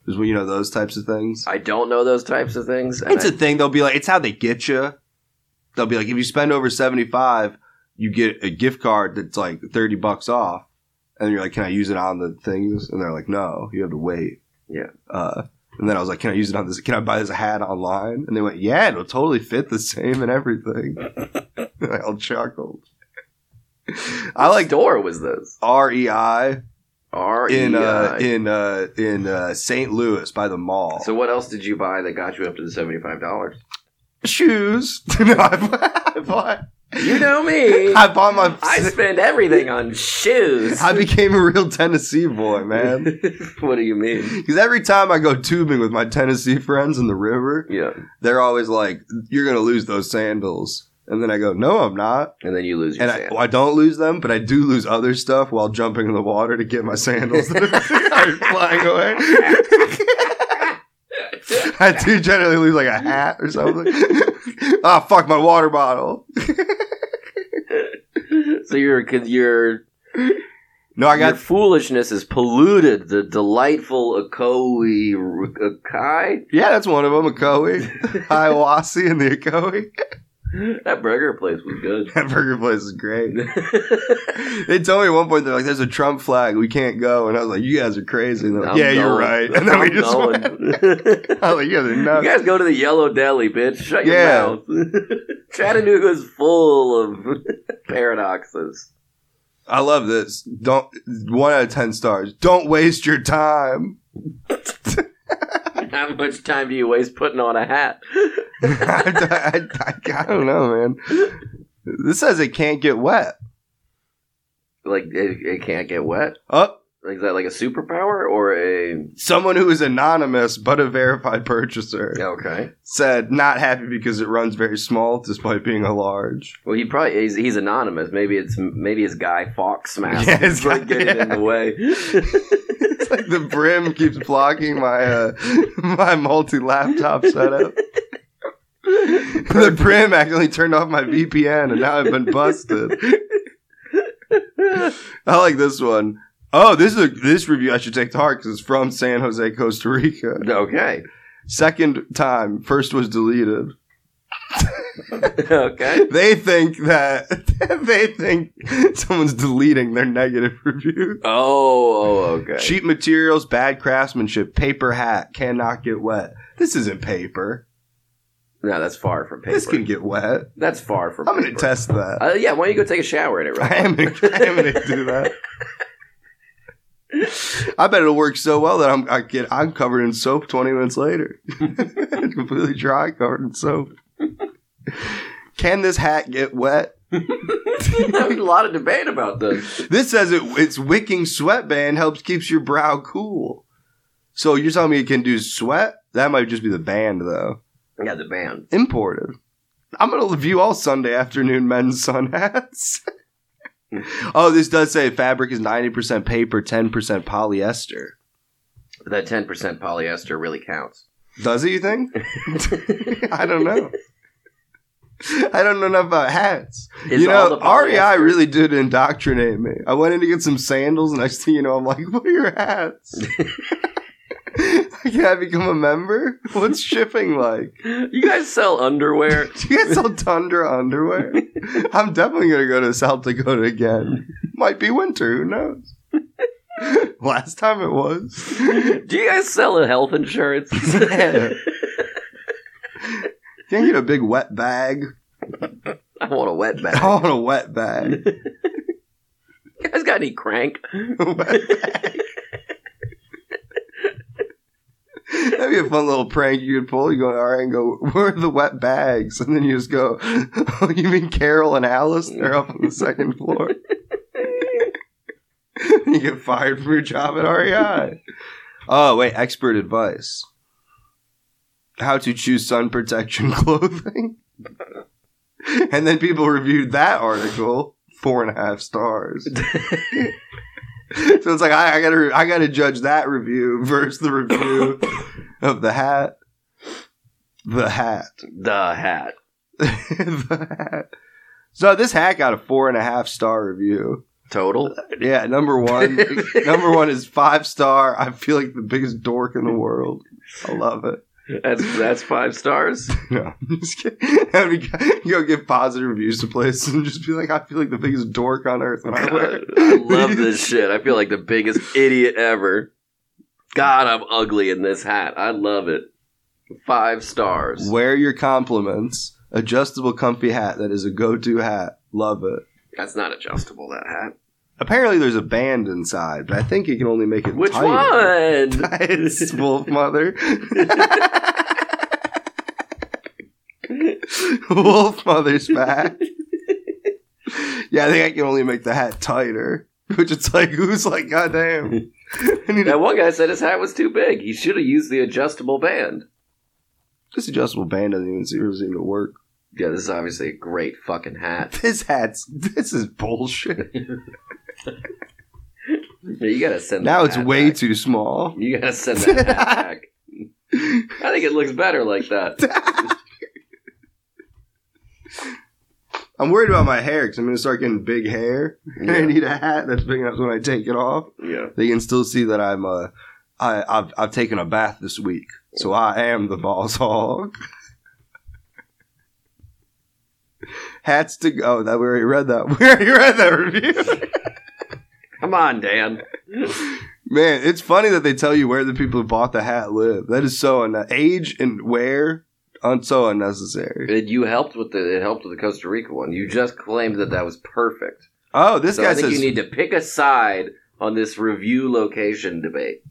S2: It was when you know those types of things.
S1: I don't know those types of things. and
S2: It's
S1: I-
S2: a thing. They'll be like, it's how they get you. They'll be like, if you spend over seventy five, you get a gift card that's like thirty bucks off, and you're like, can I use it on the things? And they're like, no, you have to wait.
S1: Yeah.
S2: Uh, and then I was like, can I use it on this? Can I buy this hat online? And they went, yeah, it'll totally fit the same and everything. and I all chuckled. I like
S1: store was this?
S2: REI
S1: R E
S2: in uh,
S1: I.
S2: in uh, in uh, St. Louis by the mall.
S1: So what else did you buy that got you up to the seventy five dollars?
S2: shoes. no, I bought. I bought
S1: You know me.
S2: I bought my.
S1: I
S2: I,
S1: spend everything on shoes.
S2: became a real Tennessee boy, man.
S1: what do you mean?
S2: Because every time I go tubing with my Tennessee friends in the river,
S1: Yeah,
S2: they're always like, "You're gonna lose those sandals," and then I go, "No, I'm not."
S1: and then you lose your
S2: And I,
S1: sand.
S2: well, I don't lose them, but I do lose other stuff while jumping in the water to get my sandals that are flying away. I do generally lose like a hat or something. Ah, fuck my water bottle.
S1: so your your
S2: No, I
S1: your
S2: got
S1: foolishness has polluted the delightful Akoi Akai.
S2: yeah, that's one of them. Akoi, Hiawassee, and the Akoi.
S1: That burger place was good.
S2: That burger place is great. They told me at one point they're like, "There's a Trump flag, we can't go," and I was like, "You guys are crazy." And they're like,
S1: I'm
S2: yeah, you're
S1: going.
S2: right. And then we
S1: I'm
S2: just
S1: going.
S2: went. I was like, "You guys are
S1: You
S2: nuts."
S1: guys go to the Yellow Deli, bitch. Shut your
S2: Yeah.
S1: mouth. Chattanooga is full of paradoxes.
S2: I love this. Don't one out of ten stars. Don't waste your time.
S1: How much time do you waste putting on a hat?
S2: I, I- I- I don't know, man. This says it can't get wet.
S1: Like it, it can't get wet.
S2: Oh,
S1: Like, is that like a superpower or a
S2: someone who is anonymous but a verified purchaser
S1: okay?
S2: said not happy because it runs very small despite being a large.
S1: Well, he probably he's, he's anonymous. Maybe it's maybe his guy Fox Smash
S2: Yeah, his
S1: is like
S2: guy-
S1: getting in the way.
S2: It's like the brim keeps blocking my uh, my multi laptop setup. the brim accidentally turned off my VPN and now I've been busted. I like this one. Oh, this is a, this review I should take to heart because it's from San Jose, Costa Rica.
S1: okay,
S2: Second time, first was deleted.
S1: okay.
S2: They think that they think someone's deleting their negative review.
S1: Oh, oh, okay.
S2: Cheap materials, bad craftsmanship, paper hat cannot get wet. This isn't paper.
S1: no, that's far from paper.
S2: This can get wet.
S1: that's far from.
S2: I'm gonna
S1: paper.
S2: test that.
S1: Uh, yeah, why don't you go take a shower in it? Right.
S2: I am gonna, I am gonna do that. I bet it'll work so well that I'm I get I'm covered in soap 20 minutes later, completely dry, covered in soap. Can this hat get wet?
S1: There's a lot of debate about this.
S2: This says it, it's wicking sweatband helps keeps your brow cool. So you're telling me it can do sweat? That might just be the band though.
S1: Yeah, the band.
S2: Imported. I'm gonna review all Sunday afternoon men's sun hats. oh, this does say fabric is 90% paper, 10% polyester.
S1: That 10% polyester really counts.
S2: Does it, you think? I don't know. I don't know enough about hats.
S1: Is
S2: you
S1: all
S2: know, E
S1: the polyester-
S2: REI really did indoctrinate me. I went in to get some sandals, and next thing you know, I'm like, what are your hats? Like, Can I become a member? What's shipping like?
S1: You guys sell underwear?
S2: Do you guys sell Tundra underwear? I'm definitely going to go to South Dakota again. Might be winter. Who knows? Last time it was.
S1: Do you guys sell a health insurance?
S2: Yeah. Can't get a big wet bag.
S1: I want a wet bag.
S2: I want a wet bag.
S1: You guys got any crank?
S2: That'd be a fun little prank you could pull. You go, all right, and go, where are the wet bags? And then you just go, oh, you mean Carol and Alice? They're up on the second floor. you get fired from your job at REI. Oh, wait, expert advice. How to choose sun protection clothing. and then people reviewed that article, four and a half stars so it's like I, I gotta I gotta judge that review versus the review of the hat. The hat.
S1: The hat.
S2: the hat. So this hat got a four and a half star review.
S1: Total?
S2: Yeah, number one. number one is five star. I feel like the biggest dork in the world. I love it.
S1: That's that's five stars?
S2: No, I'm just kidding. I mean, you go give positive reviews to places and just be like, I feel like the biggest dork on earth when I wear.
S1: God,
S2: it.
S1: I love this shit. I feel like the biggest idiot ever. God, I'm ugly in this hat. I love it. Five stars.
S2: Wear your compliments. Adjustable comfy hat that is a go-to hat. Love it.
S1: That's not adjustable, that hat.
S2: Apparently there's a band inside, but I think you can only make it
S1: Which
S2: tighter.
S1: one?
S2: It's Wolf Mother. Wolf Mother's back. Yeah, I think I can only make the hat tighter. Which it's like, who's like, goddamn. I need
S1: That one guy said his hat was too big. He should have used the adjustable band.
S2: this adjustable band doesn't even seem, seem to work.
S1: Yeah, this is obviously a great fucking hat.
S2: This hat's this is bullshit.
S1: Yeah, you gotta send.
S2: Now
S1: that
S2: it's
S1: hat
S2: way
S1: back.
S2: too small.
S1: You gotta send that hat back. I think it looks better like that.
S2: I'm worried about my hair because I'm going to start getting big hair. I
S1: Yeah.
S2: need a hat that's big enough when I take it off.
S1: yeah.
S2: They can still see that I'm uh, I, I've I've taken a bath this week, so I am the boss hog. Hats to go. That we already read that. We already read that review.
S1: Come on, Dan.
S2: Man, it's funny that they tell you where the people who bought the hat live. That is so un- age and where, un- so unnecessary.
S1: It, you helped with the it helped with the Costa Rica one. You just claimed that that was perfect.
S2: Oh, this
S1: so
S2: guy
S1: I think
S2: says
S1: you need to pick a side on this review location debate.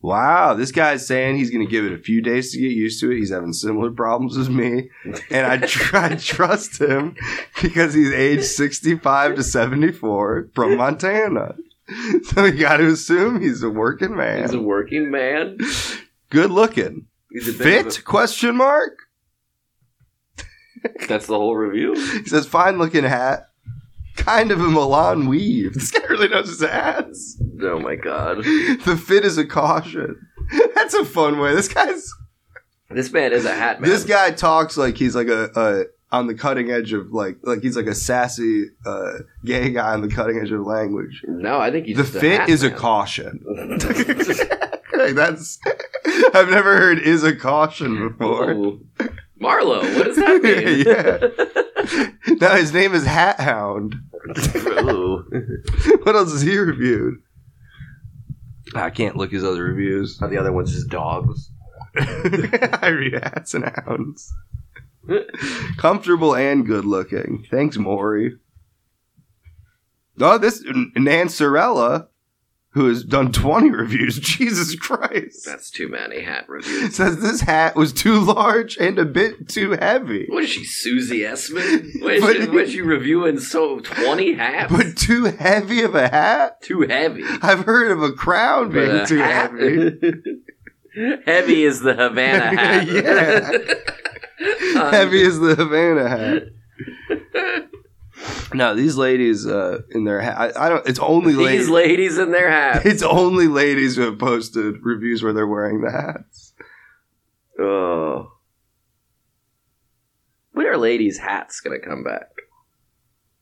S2: Wow, this guy's saying he's going to give it a few days to get used to it. He's having similar problems as me. And I, tr- I trust him because he's aged 65 to 74 from Montana. So you got to assume he's a working
S1: He's a
S2: man.
S1: working man.
S2: Good looking.
S1: He's a bit of
S2: Fit? Question mark.
S1: a- that's the whole review.
S2: He says fine looking hat. Kind of a Milan weave. This guy really knows his ass.
S1: Oh my god.
S2: The fit is a caution. That's a fun way. This guy's
S1: This man is a hat man.
S2: This guy talks like he's like a, a on the cutting edge of like like he's like a sassy uh, gay guy on the cutting edge of language.
S1: No, I think he's
S2: the
S1: just
S2: fit
S1: hat
S2: is a
S1: man.
S2: caution. Like, that's I've never heard is a caution before.
S1: Ooh. Marlo, what does that mean?
S2: Oh. now his name is Hat Hound.
S1: Ooh.
S2: What else is he reviewed? I can't look his other reviews.
S1: Are the other ones just dogs?
S2: I read hats and hounds. Comfortable and good looking. Thanks, Maury. Oh, this N- Nan Sorella, who has done 20 reviews, Jesus Christ,
S1: That's too many hat reviews.
S2: says this hat was too large and a bit too heavy.
S1: What is she, Susie Essman? What
S2: But-
S1: is she, what is she reviewing so 20 hats?
S2: But too heavy of a hat?
S1: Too heavy.
S2: I've heard of a crown
S1: But
S2: being
S1: a
S2: too
S1: hat-
S2: heavy.
S1: heavy is the Havana hat. Um,
S2: heavy as the Havana hat. No, these ladies uh, in their hat. I, I don't. It's only
S1: These
S2: ladies.
S1: ladies in their hats.
S2: It's only ladies who have posted reviews where they're wearing the hats.
S1: Oh. When are ladies' hats going to come back?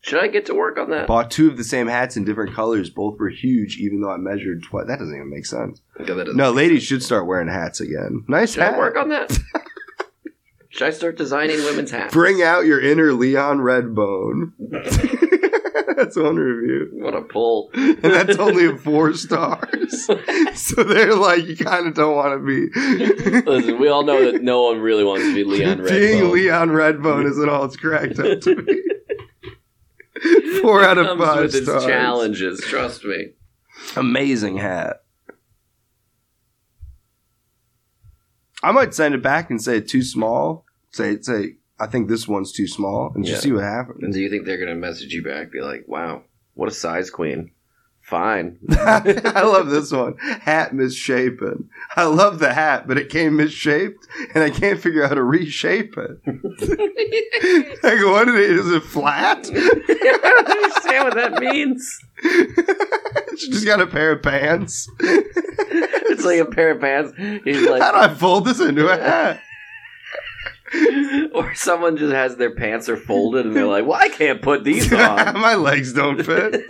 S1: Should I get to work on that?
S2: Bought two of the same hats in different colors. Both were huge, even though I measured twice. That doesn't even make sense.
S1: Okay, that doesn't-
S2: No, ladies should start wearing hats again. Nice
S1: Should I
S2: hat.
S1: work on that? Should I start designing women's hats?
S2: Bring out your inner Leon Redbone. That's one review.
S1: What a pull.
S2: And that's only a four stars. so they're like, you kind of don't want to be.
S1: Listen, we all know that no one really wants to be Leon
S2: Being
S1: Redbone.
S2: Leon Redbone isn't all it's cracked up to be. Four out
S1: It
S2: of
S1: comes
S2: five
S1: with its
S2: stars.
S1: challenges. Trust me.
S2: Amazing hat. I might send it back and say too small. Say say I think this one's too small, and just
S1: Yeah.
S2: see what happens.
S1: And do you think they're gonna message you back? Be like, "Wow, what a size queen." Fine.
S2: I love this one. Hat misshapen. I love the hat, but it came misshaped, and I can't figure out how to reshape it. like what is it? Is it flat?
S1: I don't understand what that means.
S2: she just got a pair of pants.
S1: It's like a pair of pants. He's
S2: how do
S1: like,
S2: I fold this into a hat?
S1: or someone just has their pants are folded and they're like, "Well, I can't put these on."
S2: My legs don't fit.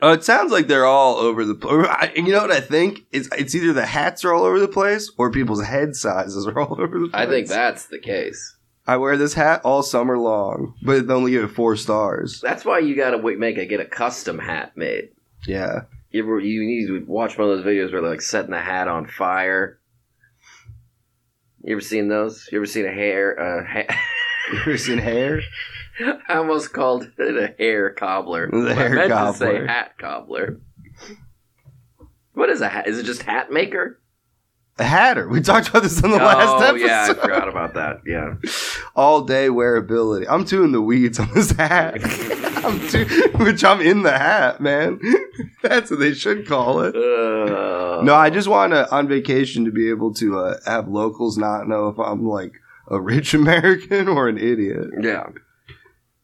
S2: Oh, it sounds like they're all over the place. And you know what I think? It's it's either the hats are all over the place or people's head sizes are all over the place.
S1: I think that's the case.
S2: I wear this hat all summer long, but they only give it four stars.
S1: That's why you gotta wait, make a get a custom hat made.
S2: Yeah.
S1: You ever, you need to watch one of those videos where they're like setting the hat on fire. You ever seen those? You ever seen a hair? Uh, ha-
S2: You ever seen hair?
S1: I almost called it a hair cobbler.
S2: The
S1: I
S2: hair
S1: meant to
S2: cobbler.
S1: say hat cobbler. What is a hat? Is it just hat maker?
S2: A hatter. We talked about this on the
S1: oh
S2: last episode.
S1: yeah, I forgot about that. Yeah,
S2: all day wearability. I'm too in the weeds on this hat. I'm too, which I'm in the hat, man. That's what they should call it.
S1: uh,
S2: No, I just want to on vacation to be able to uh, have locals not know if I'm like a rich American or an idiot.
S1: yeah.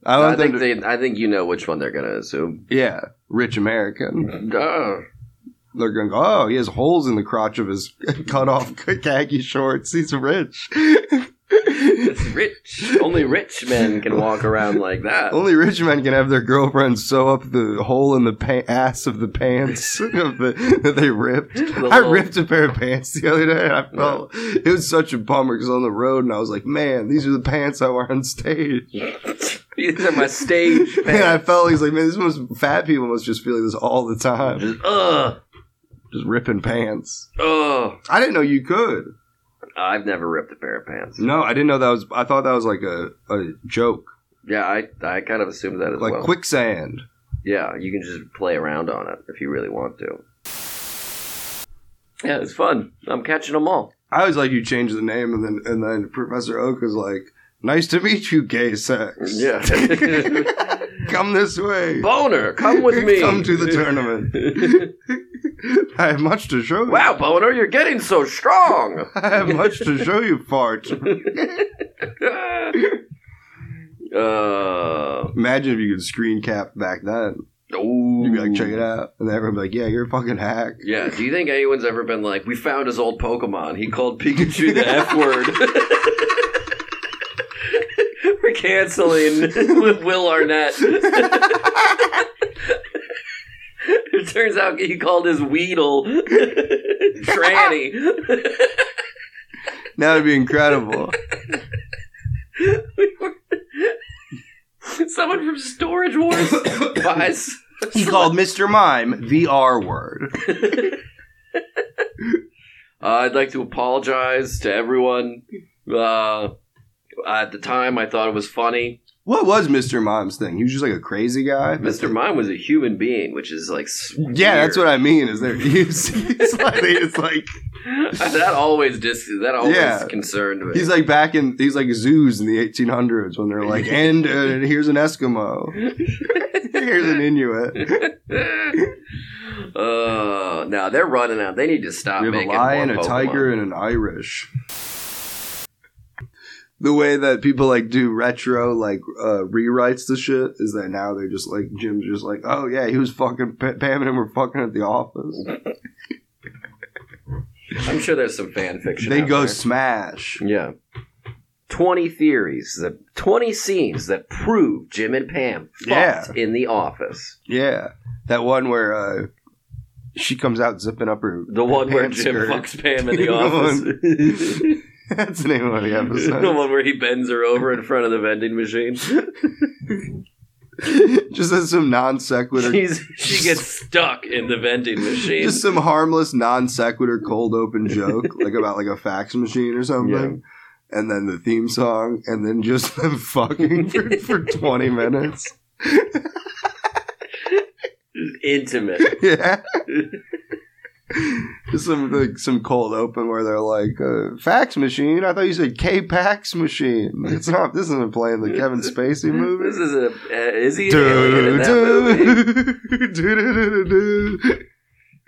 S2: I
S1: I
S2: want them
S1: think
S2: to,
S1: they. I think you know which one they're gonna assume.
S2: yeah, rich American.
S1: Duh.
S2: They're gonna go, oh, he has holes in the crotch of his cut off khaki shorts. He's rich.
S1: It's rich. Only rich men can walk around like that.
S2: Only rich men can have their girlfriends sew up the hole in the pa- ass of the pants of the, that they ripped.
S1: The
S2: I
S1: little-
S2: ripped a pair of pants the other day. And I felt it was such a bummer because on the road, and I was like, man, these are the pants I wear on stage.
S1: These are my stage
S2: And I
S1: pants.
S2: felt he's like, man, this must fat people must just feel like this all the time,
S1: Just, Ugh.
S2: just ripping pants.
S1: Ugh.
S2: I didn't know you could.
S1: uh. I've never ripped a pair of pants.
S2: No, I didn't know that was. I thought that was like a, a joke,
S1: Yeah, I I kind of assumed that as
S2: like
S1: well.
S2: quicksand.
S1: Yeah, you can just play around on it if you really want to. Yeah, it's fun. I'm catching them all.
S2: I always like you change the name, and then and then Professor Oak is like, "Nice to meet you, gay sex.
S1: Yeah.
S2: come this way.
S1: Boner, come with me.
S2: Come to the tournament.
S1: tournament.
S2: I have much to show you.
S1: wow, Boner, you're getting so strong.
S2: I have much to show you, fart.
S1: uh,
S2: Imagine if you could screen cap back then.
S1: ooh.
S2: You'd be like, check it out. And then everyone would be like, yeah, you're a fucking hack.
S1: Yeah, do you think anyone's ever been like, we found his old Pokemon. He called Pikachu the F word. We're canceling with Will Arnett. it turns out he called his Weedle Tranny.
S2: That would be incredible.
S1: Someone from Storage Wars buys.
S2: he called Mr. Mime the R word.
S1: Uh, I'd like to apologize to everyone. Uh, at the time, I thought it was funny.
S2: What was Mr. Mime's thing? He was just like a crazy guy.
S1: Mr. Mime was a human being, which is like. s-
S2: Yeah, that's
S1: weird.
S2: what I mean. Is there? He's, he's like, it's like
S1: that always dis- that always
S2: Yeah.
S1: concerned me.
S2: he's like back in he's like zoos in the 1800s when they're like, and uh, here's an Eskimo, here's an Inuit.
S1: uh, now they're running out. They need to stop
S2: We have a
S1: making
S2: lion,
S1: more
S2: a
S1: Pokemon.
S2: tiger, and an Irish. The way that people like do retro like uh, rewrites the shit is that now they're just like Jim's just like oh yeah he was fucking P- Pam and him were fucking at the office
S1: I'm sure there's some fan fiction.
S2: they
S1: out
S2: go
S1: there.
S2: smash
S1: yeah. Twenty theories, that twenty scenes that prove Jim and Pam fucked
S2: Yeah.
S1: in the office.
S2: yeah that one where uh, she comes out zipping up her
S1: The one where
S2: Pam
S1: Jim
S2: skirt.
S1: fucks Pam in the
S2: The
S1: office.
S2: that's the name of the episode
S1: the one where he bends her over in front of the vending machine.
S2: just as some non sequitur,
S1: She's, she gets stuck in the vending machine.
S2: just some harmless non sequitur cold open joke, like about like a fax machine or something. And then the theme song, and then just them fucking for, for 20 minutes.
S1: Intimate.
S2: Yeah. Just some like, some cold open where they're like, uh, fax machine? I thought you said K Pax machine. It's not, this isn't playing the Kevin Spacey movie.
S1: This is a uh, is he an alien in
S2: Do,
S1: that movie?
S2: do, do, do, do, do.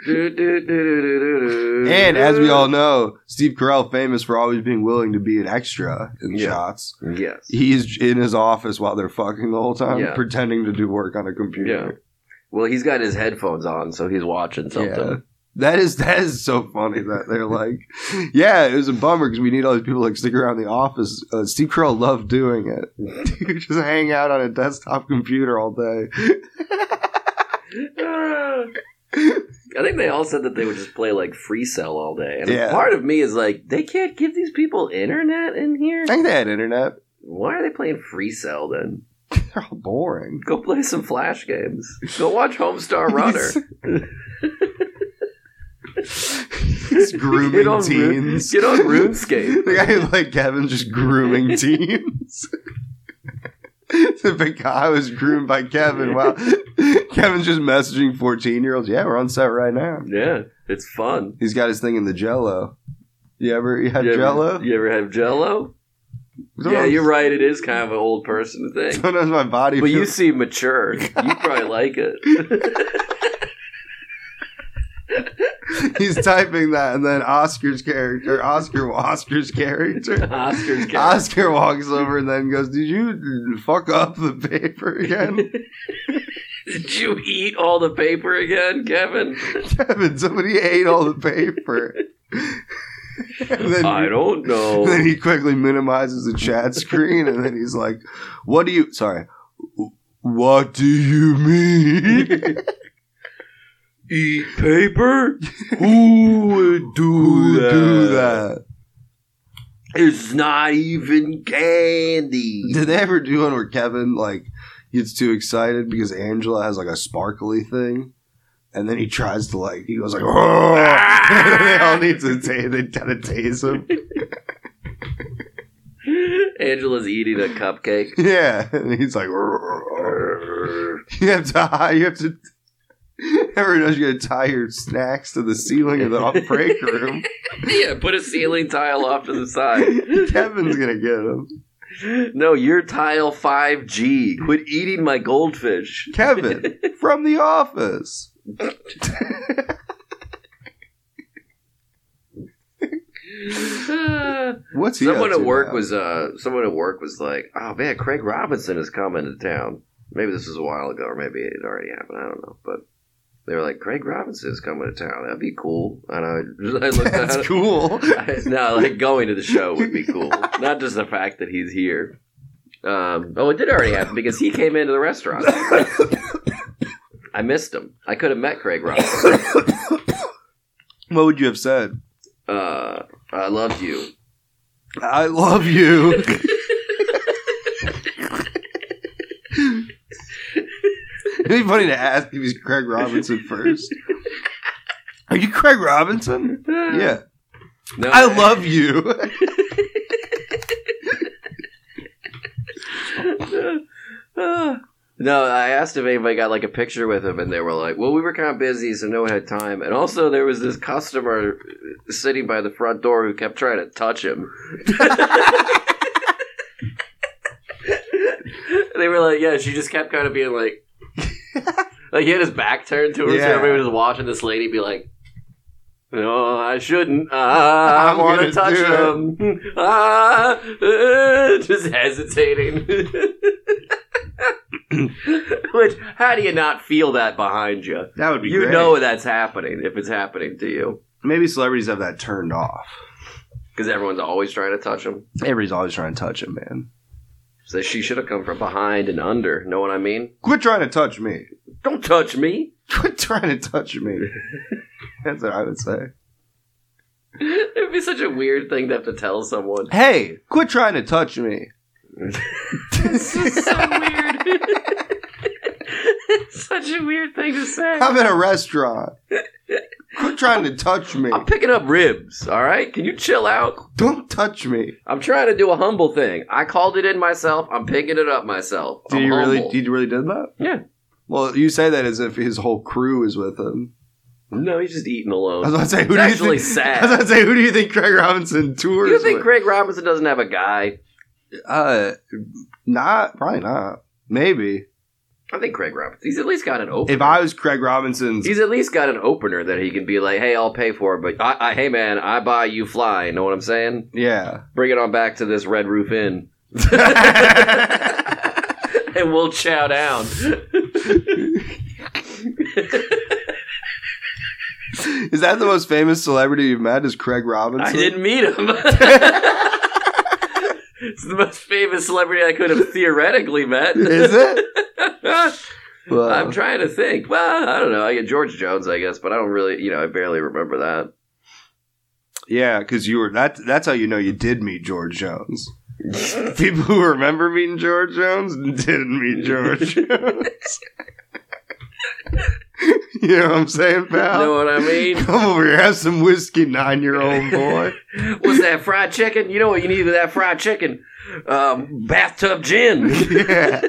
S1: Do, do, do, do, do, do,
S2: And as we
S1: do.
S2: all know, Steve Carell famous for always being willing to be an extra in
S1: Yeah.
S2: shots.
S1: yes,
S2: He's in his office while they're fucking the whole time,
S1: Yeah.
S2: pretending to do work on a computer.
S1: well, he's got his headphones on, so he's watching something.
S2: That is that is so funny that they're like, yeah, it was a bummer because we need all these people like stick around the office. Uh, Steve Carell loved doing it. You just hang out on a desktop computer all day.
S1: Ah. I think they all said that they would just play like free cell all day. And
S2: Yeah.
S1: part of me is like, they can't give these people internet in here.
S2: I think they had internet.
S1: Why are they playing free cell then?
S2: They're all boring.
S1: Go play some flash games. Go watch Homestar Runner.
S2: It's grooming
S1: Get on Ru-
S2: teens.
S1: get on RuneScape.
S2: the guy who like Kevin's just grooming teens. the big guy was groomed by Kevin. Wow. Kevin's just messaging 14 year olds. Yeah, we're on set right now.
S1: Yeah, it's fun.
S2: He's got his thing in the jello. You ever you had
S1: you ever,
S2: jello?
S1: You ever have Jello? Yeah, you're right. It is kind of an old person thing.
S2: Sometimes my body
S1: But you
S2: feels
S1: seem mature. You probably like it.
S2: He's typing that, and then Oscar's character, Oscar, Oscar's character,
S1: Oscar's character.
S2: Oscar walks over and then goes, "Did you fuck up the paper again,
S1: Did you eat all the paper again, Kevin?
S2: Kevin? Somebody ate all the paper." and then
S1: I don't know.
S2: And then he quickly minimizes the chat screen, and then he's like, "What do you? Sorry, what do you mean?
S1: eat paper? Who would do
S2: Who
S1: that?
S2: do that?
S1: It's not even candy.
S2: Did they ever do one where Kevin like gets too excited because Angela has like a sparkly thing?" And then he tries to like he goes like oh they all need to ta- they kind of tase him
S1: Angela's eating a cupcake.
S2: yeah and he's like "Rrrr." you have to you have to everyone knows you gotta tie your snacks to the ceiling of the off break room
S1: yeah, put a ceiling tile off to the side.
S2: Kevin's gonna get him.
S1: No, you're tile 5G. Quit eating my goldfish.
S2: Kevin from The Office.
S1: Ah.
S2: What's he
S1: someone
S2: up
S1: at
S2: to
S1: work
S2: now?
S1: was uh someone at work was like, "Oh man, Craig Robinson is coming to town." Maybe this was a while ago, or maybe it already happened. I don't know, but they were like, "Craig Robinson is coming to town. That'd be cool." And I, I looked at
S2: That's
S1: it.
S2: cool.
S1: I- no, like going to the show would be cool. Not just the fact that he's here. Um, oh, it did already happen because he came into the restaurant. I missed him. I could have met Craig Robinson.
S2: what would you have said?
S1: Uh, I loved you.
S2: I love you. It'd be funny to ask if he's Craig Robinson first. Are you Craig Robinson? Yeah.
S1: No,
S2: I love you.
S1: no, I asked if anybody got like a picture with him, and they were like, "Well, we were kind of busy, so no one had time." And also, there was this customer sitting by the front door who kept trying to touch him. they were like, "Yeah," she just kept kind of being like, like he had his back turned to her, so
S2: Yeah.
S1: everybody was watching this lady be like. No, I shouldn't. Ah, I
S2: I'm
S1: want to
S2: gonna
S1: touch
S2: do it."
S1: him. Ah, uh, just hesitating. Which, how do you not feel that behind you?
S2: That would
S1: You know that's happening if it's happening to you.
S2: maybe celebrities have that turned off.
S1: Because everyone's always trying to touch him.
S2: Everybody's always trying to touch him, man.
S1: So she should have come from behind and under. Know what I mean?
S2: Quit trying to touch me.
S1: Don't touch me.
S2: Quit trying to touch me. That's what I would say.
S1: It'd be such a weird thing to have to tell someone.
S2: Hey, quit trying to touch me.
S1: It's just so weird. it's such a weird thing to say.
S2: I'm in a restaurant. Quit trying to touch me.
S1: I'm picking up ribs, all right? Can you chill out?
S2: Don't touch me.
S1: I'm trying to do a humble thing. I called it in myself. I'm picking it up myself.
S2: Did
S1: I'm
S2: you really?
S1: humble.
S2: Did you really did that?
S1: Yeah.
S2: Well, you say that as if his whole crew is with him.
S1: No, he's just eating
S2: I was
S1: alone.
S2: about to say,
S1: It's
S2: who do you
S1: actually
S2: think?
S1: sad.
S2: I was about to say, who do you think Craig Robinson tours
S1: You think
S2: with?
S1: Craig Robinson doesn't have a guy?
S2: Uh, not probably not. Maybe
S1: I think Craig Robinson. He's at least got an opener.
S2: if I was Craig Robinson's,
S1: he's at least got an opener that he can be like, "Hey, I'll pay for it, but I, I, hey, man, I buy you fly." Know what I'm saying?
S2: yeah.
S1: Bring it on back to this Red Roof Inn, and we'll chow down.
S2: Is that the most famous celebrity you've met? Is Craig Robinson?
S1: I didn't meet him. it's the most famous celebrity I could have theoretically met.
S2: Is Oh.
S1: it?
S2: Well,
S1: I'm trying to think. Well, I don't know. I get George Jones, I guess, but I don't really, you know, I barely remember that.
S2: yeah, because you were that. That's how you know you did meet George Jones. People who remember meeting George Jones didn't meet George Jones. you know what I'm saying, pal?
S1: know what I mean?
S2: Come over here, have some whiskey, nine year old boy.
S1: What's that fried chicken? You know what you need with that fried chicken? Um, bathtub gin.
S2: yeah.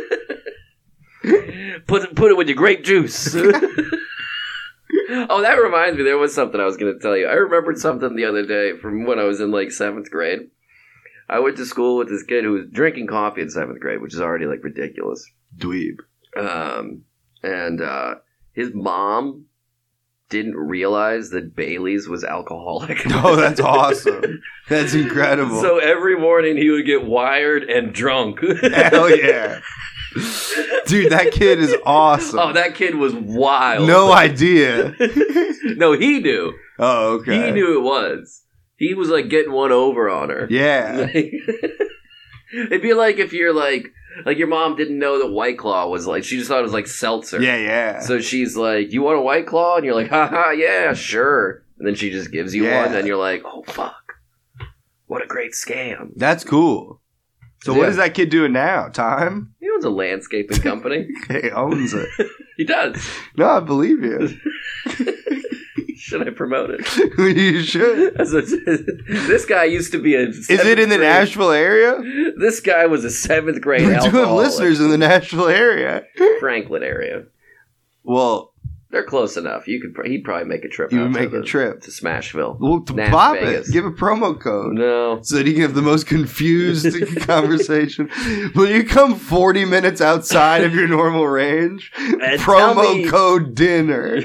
S1: Put put it with your grape juice. oh, that reminds me. There was something I was going to tell you. I remembered something the other day from when I was in like seventh grade. I went to school with this kid who was drinking coffee in seventh grade, which is already like ridiculous.
S2: Dweeb.
S1: um, and uh, his mom didn't realize that Bailey's was alcoholic.
S2: Oh, that's awesome. That's incredible.
S1: So every morning he would get wired and drunk.
S2: Hell yeah. Dude, that kid is awesome.
S1: Oh, that kid was wild.
S2: no idea.
S1: no, he knew.
S2: Oh, okay.
S1: He knew it was. He was like getting one over on her.
S2: Yeah.
S1: Like- it'd be like if you're like like your mom didn't know that White Claw was like she just thought it was like seltzer.
S2: Yeah, yeah.
S1: So she's like, "You want a White Claw?" And you're like, "Ha ha, yeah, sure." And then she just gives you
S2: Yeah.
S1: one, and you're like, "Oh fuck, what a great scam!"
S2: that's cool. So
S1: Yeah.
S2: what is that kid doing now? Time?
S1: He owns a landscaping company.
S2: He owns it.
S1: he does.
S2: No, I believe you.
S1: Should I promote it?
S2: you should.
S1: As a- this guy used to be a.
S2: Is it in the Nashville area?
S1: This guy was a seventh grade
S2: We do have
S1: alcoholic.
S2: listeners in the Nashville area.
S1: Franklin area.
S2: Well,
S1: They're close enough. You could. pr- He'd probably make a trip.
S2: you
S1: out
S2: would
S1: to
S2: make a
S1: the-
S2: trip.
S1: to Smashville.
S2: Well, to
S1: Nash
S2: pop
S1: Vegas.
S2: it. Give a promo code.
S1: No.
S2: So that you can have the most confused conversation. Will you come 40 minutes outside of your normal range?
S1: And Uh, tell me-
S2: promo code dinner.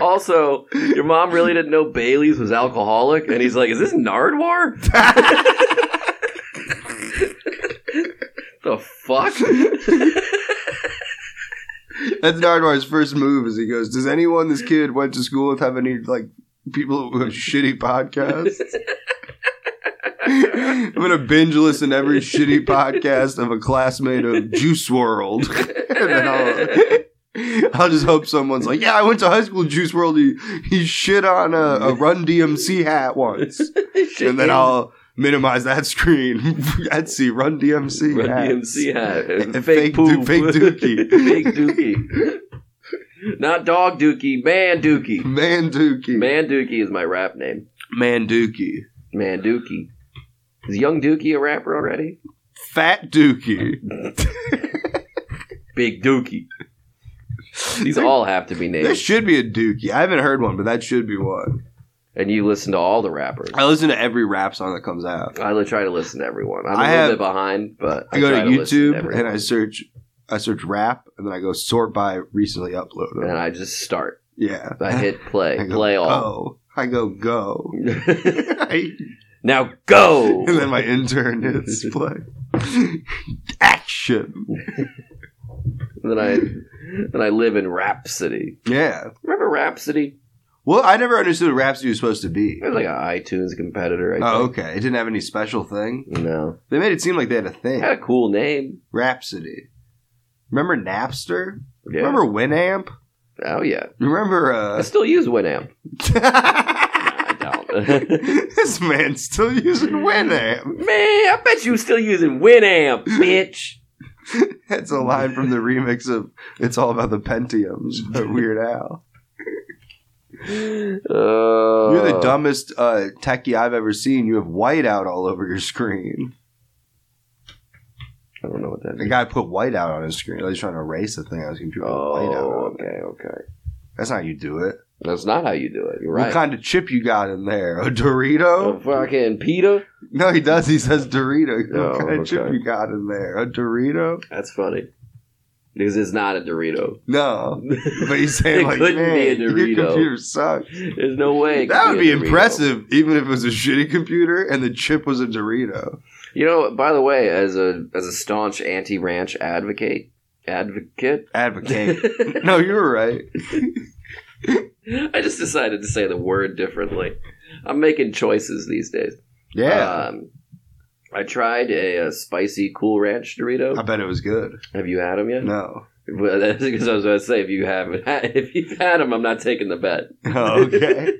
S1: also, your mom really didn't know Bailey's was alcoholic, and he's like, "Is this Nardwar? the fuck?"
S2: That's Nardwar's first move as he goes, Does anyone this kid went to school with have any like people who have shitty podcasts? I'm gonna binge listen every shitty podcast of a classmate of Juice World. and then I'll, I'll just hope someone's like, Yeah, I went to high school with Juice World. He, he shit on a, a Run DMC hat once. And then I'll minimize that screen. Etsy, Run DMC.
S1: Run
S2: hats.
S1: DMC hat, and
S2: And
S1: fake
S2: fake du-
S1: poop.
S2: fake dookie.
S1: fake dookie. Not dog dookie, man dookie.
S2: Manduki.
S1: Man dookie is my rap name.
S2: Manduki.
S1: Man dookie. Is Young Dookie a rapper already?
S2: Fat Dookie.
S1: Big Dookie. These
S2: There-
S1: all have to be
S2: There
S1: named.
S2: should be a Dookie. I haven't heard one, but that should be one.
S1: And you listen to all the rappers.
S2: I listen to every rap song that comes out.
S1: I li- try to listen to everyone. I'm a
S2: I
S1: little
S2: have-
S1: bit behind, but
S2: I go to
S1: try listen
S2: YouTube
S1: everyone.
S2: and I search I search rap and then I go sort by recently uploaded.
S1: and I just start.
S2: yeah.
S1: I hit play,
S2: I go, "Oh."
S1: play all.
S2: Go. I go go. I-
S1: now go.
S2: and then my intern hits play. Action.
S1: then I, then I live in Rhapsody.
S2: Yeah.
S1: Remember Rhapsody?
S2: Well, I never understood what Rhapsody was supposed to be.
S1: It was like an iTunes competitor. I think.
S2: Oh, okay. It didn't have any special thing.
S1: No,
S2: They made it seem like they had a
S1: it
S2: thing.
S1: had a cool name.
S2: Rhapsody. Remember Napster?
S1: Yeah.
S2: Remember Winamp?
S1: Oh yeah.
S2: Remember
S1: I
S2: uh
S1: still use Winamp. I don't.
S2: This man's still using Winamp.
S1: Man, I bet you still using Winamp, bitch.
S2: That's a line from the remix of It's All About the Pentiums by Weird Al.
S1: Uh,
S2: You're the dumbest uh, techie I've ever seen. You have whiteout all over your screen.
S1: I don't know what that
S2: The
S1: means.
S2: guy put whiteout on his screen. I was trying to erase the thing. I was confused. with whiteout.
S1: Oh, okay, okay.
S2: That's not how you do it.
S1: That's not how you do it. You're
S2: What
S1: right.
S2: kind of chip you got in there? A Dorito?
S1: A fucking pita.
S2: No, he does. He says Dorito.
S1: Oh,
S2: what kind of chip
S1: okay.
S2: you got in there? A Dorito?
S1: That's funny because it's not a Dorito.
S2: No. But he's saying
S1: It
S2: like,
S1: couldn't
S2: man,
S1: be a Dorito."
S2: your computer sucks.
S1: There's no way. it
S2: That
S1: could
S2: would be
S1: a Dorito.
S2: impressive, even if it was a shitty computer and the chip was a Dorito.
S1: You know. By the way, as a as a staunch anti ranch advocate, advocate,
S2: Advocate. no, you were right.
S1: I just decided to say the word differently. I'm making choices these days.
S2: Yeah,
S1: Um, I tried a, a spicy Cool Ranch Dorito.
S2: I bet it was good.
S1: Have you had them yet?
S2: No.
S1: Well, that's because I was about to say if you haven't, had, if you've had them, I'm not taking the bet.
S2: Oh, okay.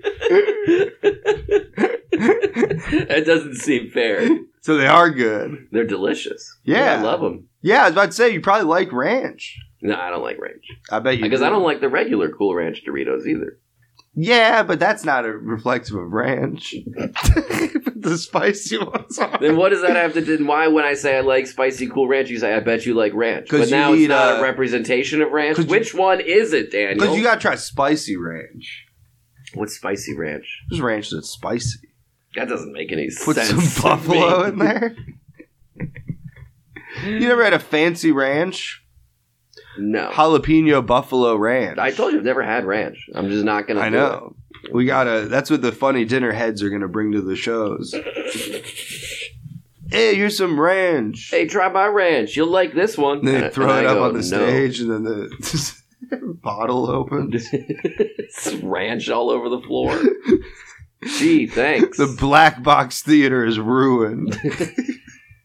S1: that doesn't seem fair.
S2: so they are good.
S1: They're delicious.
S2: Yeah.
S1: I love them.
S2: Yeah, I was about to say you probably like ranch.
S1: No, I don't like ranch
S2: I bet you
S1: because I
S2: do.
S1: don't like the regular Cool Ranch Doritos either.
S2: Yeah, but that's not a reflective of ranch. But the spicy ones are.
S1: Then what does that have to do? then Why, when I say I like spicy Cool Ranch, you say I bet you like ranch?
S2: 'Cause
S1: But
S2: you
S1: now it's
S2: need,
S1: not a
S2: uh,
S1: representation of ranch.
S2: 'cause you-
S1: Which one is it, Daniel?
S2: Because you gotta try spicy ranch.
S1: What's spicy ranch?
S2: There's ranch that's spicy.
S1: That doesn't make any
S2: Put
S1: sense. to
S2: some buffalo
S1: me.
S2: in there. you never had a fancy ranch?
S1: No.
S2: jalapeno buffalo ranch.
S1: I told you I've never had ranch. I'm just not gonna.
S2: I
S1: do
S2: know. We gotta. That's what the funny dinner heads are gonna bring to the shows. hey, here's some ranch.
S1: it. Hey, try my ranch. You'll like this one.
S2: And they
S1: And-
S2: throw
S1: and
S2: it
S1: I
S2: up
S1: go,
S2: on the
S1: "No."
S2: stage, and then the bottle opened.
S1: It's ranch all over the floor. Gee, thanks.
S2: The black box theater is ruined.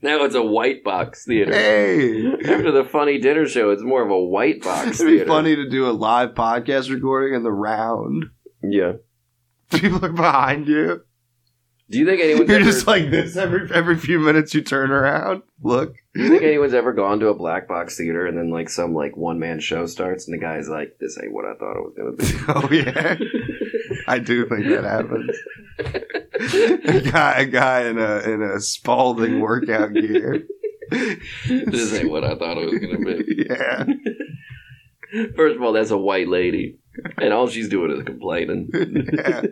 S1: now it's a white box theater.
S2: hey,
S1: After the funny dinner show, it's more of a white box
S2: it'd be
S1: theater.
S2: funny to do a live podcast recording in the round.
S1: Yeah.
S2: People are behind you.
S1: Do you think anyone's
S2: You're
S1: ever,
S2: just like this every every few minutes. You turn around, look.
S1: do you think anyone's ever gone to a black box theater and then like some like one man show starts and the guy's like, "This ain't what I thought it was gonna be."
S2: Oh yeah, I do think that happens. a guy, a guy in a in a Spalding workout gear.
S1: this ain't what I thought it was gonna be.
S2: yeah,
S1: First of all, that's a white lady, and all she's doing is complaining.
S2: yeah.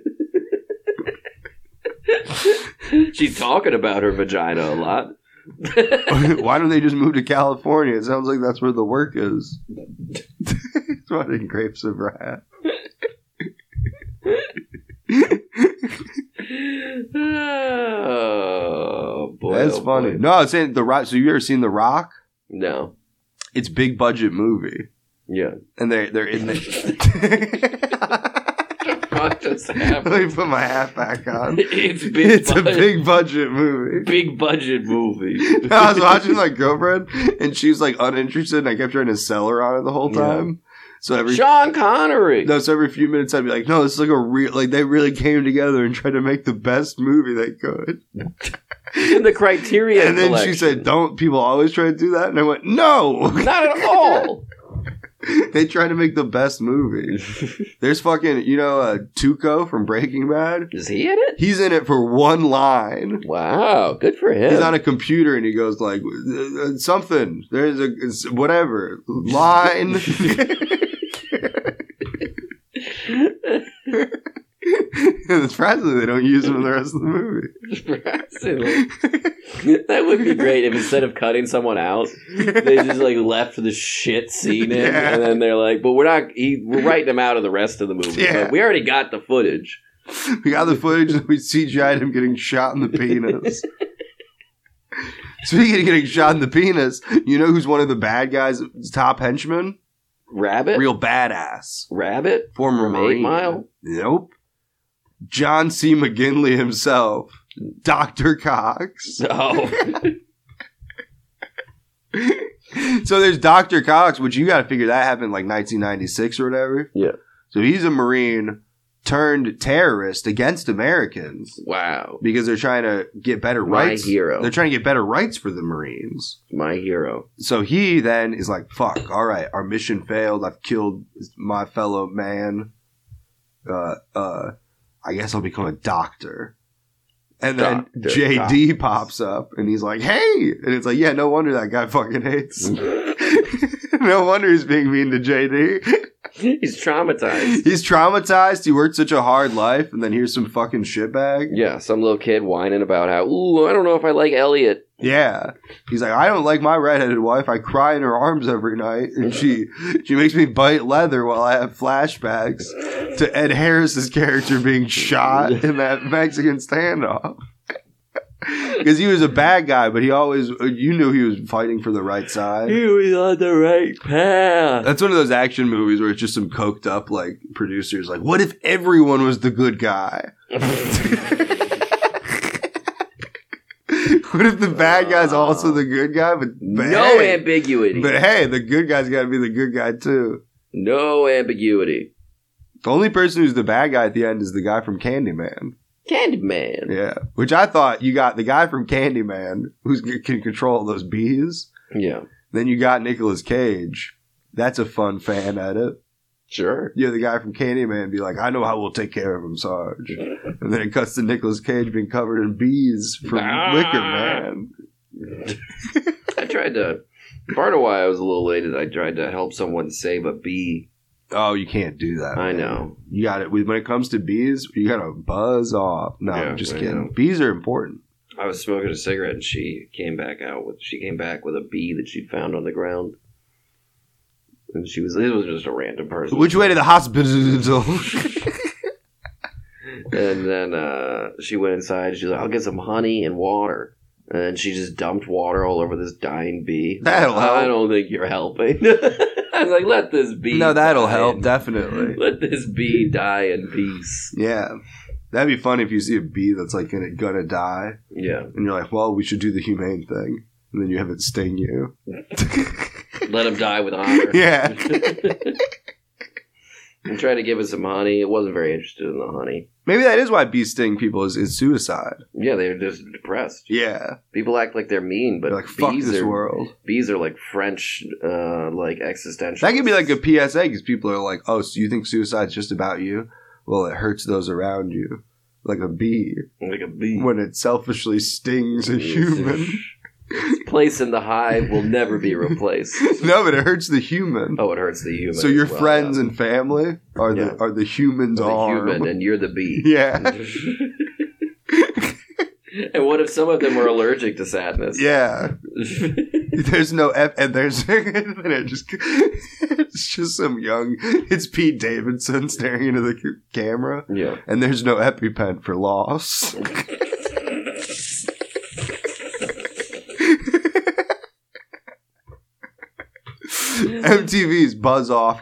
S1: She's talking about her vagina a lot.
S2: Why don't they just move to California? It sounds like that's where the work is. it's fucking grapes of wrath.
S1: oh boy!
S2: That's
S1: oh,
S2: funny.
S1: boy.
S2: No, I was saying the Rock. So you ever seen the Rock?
S1: No.
S2: It's big budget movie,
S1: Yeah.
S2: and they they're in the.
S1: What just
S2: Let me
S1: happened?
S2: put my hat back on.
S1: It's big.
S2: It's a
S1: budget,
S2: big budget movie.
S1: big budget movie.
S2: I was watching my girlfriend, and she was like uninterested, and I kept trying to sell her on it the whole
S1: Yeah.
S2: time. So every
S1: Sean Connery.
S2: no, so every few minutes I'd be like, "No, this is like a real like they really came together and tried to make the best movie they could."
S1: in the Criterion.
S2: and then
S1: collection.
S2: she said, "Don't people always try to do that?" And I went, "No,
S1: "Not at all."
S2: they try to make the best movie." There's fucking you know uh, Tuco from Breaking Bad.
S1: Is he in it?
S2: He's in it for one line.
S1: Wow, good for him.
S2: He's on a computer and he goes like "Uh, something. There's a it's whatever line. it's surprisingly they don't use him in the rest of the movie.
S1: that would be great if instead of cutting someone out, they just like left the shit scene in,
S2: Yeah.
S1: and then they're like, "But we're not. He, we're writing him out of the rest of the movie.
S2: Yeah.
S1: But we already got the footage.
S2: We got the footage and we CGI'd him getting shot in the penis. Speaking of getting shot in the penis, you know who's one of the bad guys' top henchmen?
S1: Rabbit,
S2: Real badass.
S1: rabbit.
S2: Former
S1: From Eight
S2: Marine.
S1: Mile?
S2: Nope. John C. McGinley himself. Dr. Cox.
S1: So
S2: So there's Dr. Cox, which you got to figure that happened like 1996 or whatever.
S1: Yeah.
S2: So he's a Marine turned terrorist against Americans
S1: wow,
S2: because they're trying to get better
S1: my
S2: rights.
S1: hero,
S2: They're trying to get better rights for the Marines.
S1: my hero.
S2: So he then is like, fuck, all right, our mission failed. I've killed my fellow man. Uh, uh, I guess I'll become a doctor. And then
S1: Doctor,
S2: JD pops up and he's like, hey. And it's like, yeah, no wonder that guy fucking hates.
S1: Mm.
S2: no wonder he's being mean to JD.
S1: He's traumatized.
S2: He's traumatized. He worked such a hard life. And then here's some fucking shitbag.
S1: Yeah, some little kid whining about how, ooh, I don't know if I like Elliot.
S2: Yeah. He's like, I don't like my redheaded wife. I cry in her arms every night, and she she makes me bite leather while I have flashbacks to Ed Harris's character being shot in that Mexican standoff. Because he was a bad guy, but he always you knew he was fighting for the right side.
S1: was on the right path.
S2: That's one of those action movies where it's just some coked up like producers like, what if everyone was the good guy? What if the bad guy's also the good guy? But, but
S1: no
S2: hey,
S1: ambiguity.
S2: But hey, the good guy's got to be the good guy too.
S1: no ambiguity.
S2: The only person who's the bad guy at the end is the guy from Candyman.
S1: Candyman.
S2: Yeah, which I thought you got the guy from Candyman who can control those bees.
S1: Yeah,
S2: Then you got Nicolas Cage. That's a fun fan edit.
S1: sure.
S2: You have the guy from Candyman be like, "I know how we'll take care of him, Sarge," and then it cuts to Nicolas Cage being covered in bees from
S1: Ah.
S2: Wicker Man.
S1: I tried to. Part of why I was a little late is I tried to help someone save a bee.
S2: Oh, you can't do that.
S1: I
S2: man.
S1: know.
S2: You got it. When it comes to bees, you got to buzz off. No,
S1: Yeah,
S2: I'm just
S1: I
S2: kidding.
S1: know.
S2: Bees are important.
S1: I was smoking a cigarette and she came back out with. She came back with a bee that she'd found on the ground. And she was it was just a random person.
S2: Which way to the hospital?
S1: And then uh, she went inside. She's like, "I'll get some honey and water." And then she just dumped water all over this dying bee.
S2: That'll
S1: I
S2: help.
S1: don't think you're helping. I was like, "Let this bee."
S2: No, that'll
S1: die
S2: help
S1: in-
S2: definitely.
S1: Let this bee die in peace.
S2: Yeah, that'd be fun if you see a bee that's like gonna, gonna die,
S1: Yeah,
S2: and you're like, well, we should do the humane thing, and then you have it sting you.
S1: let him die with honor.
S2: yeah.
S1: and tried to give it some honey. It wasn't very interested in the honey.
S2: Maybe that is why bees sting people is, is suicide.
S1: Yeah, they're just depressed.
S2: Yeah.
S1: People act like they're mean, but
S2: They're like, fuck
S1: bees
S2: this
S1: are
S2: world.
S1: bees are like French, uh, like existential.
S2: That could be like a PSA because people are like, oh, so you think suicide's just about you? Well, it hurts those around you. Like a bee
S1: like a bee.
S2: when it selfishly stings a human.
S1: Its place in the hive will never be replaced.
S2: no, but it hurts the human.
S1: Oh, it hurts the human.
S2: so your
S1: as well,
S2: friends
S1: yeah.
S2: and family are
S1: Yeah.
S2: the are the human's
S1: the
S2: arm.
S1: human, and you're the bee.
S2: Yeah.
S1: and what if some of them were allergic to sadness?
S2: Yeah. There's no F and there's and it just it's just some young it's Pete Davidson staring into the c- camera.
S1: yeah.
S2: and there's no EpiPen for loss. MTV's Buzz Off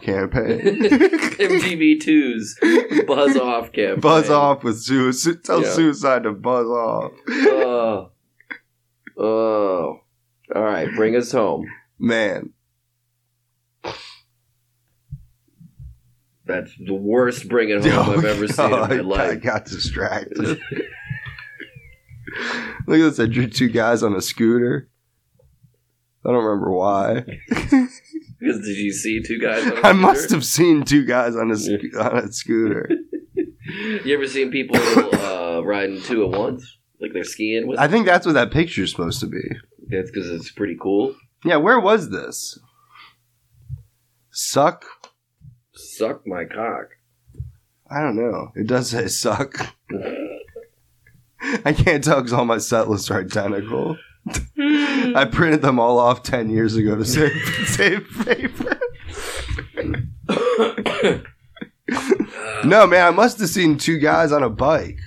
S2: campaign.
S1: MTV 2's Buzz Off campaign.
S2: buzz off with suicide. Tell
S1: Yeah.
S2: suicide to buzz off.
S1: Oh. Oh. All right, bring us home.
S2: Man,
S1: That's the worst bring it home I've ever seen
S2: Oh,
S1: in my
S2: I
S1: life.
S2: got distracted. Look at this. I drew two guys on a scooter. I don't remember why.
S1: Because did you see two guys? On a
S2: I must
S1: scooter?
S2: have seen two guys on a sc- on a scooter.
S1: You ever seen people uh, riding two at once? Like they're skiing with?
S2: I think that's what that picture's supposed to be.
S1: That's because it's pretty cool.
S2: Yeah, where was this? Suck?
S1: Suck my cock.
S2: I don't know. It does say suck. I can't tell because all my set lists are identical.
S1: Hmm.
S2: I printed them all off 10 years ago to save, save paper.
S1: Uh,
S2: No, man, I must have seen two guys on a bike.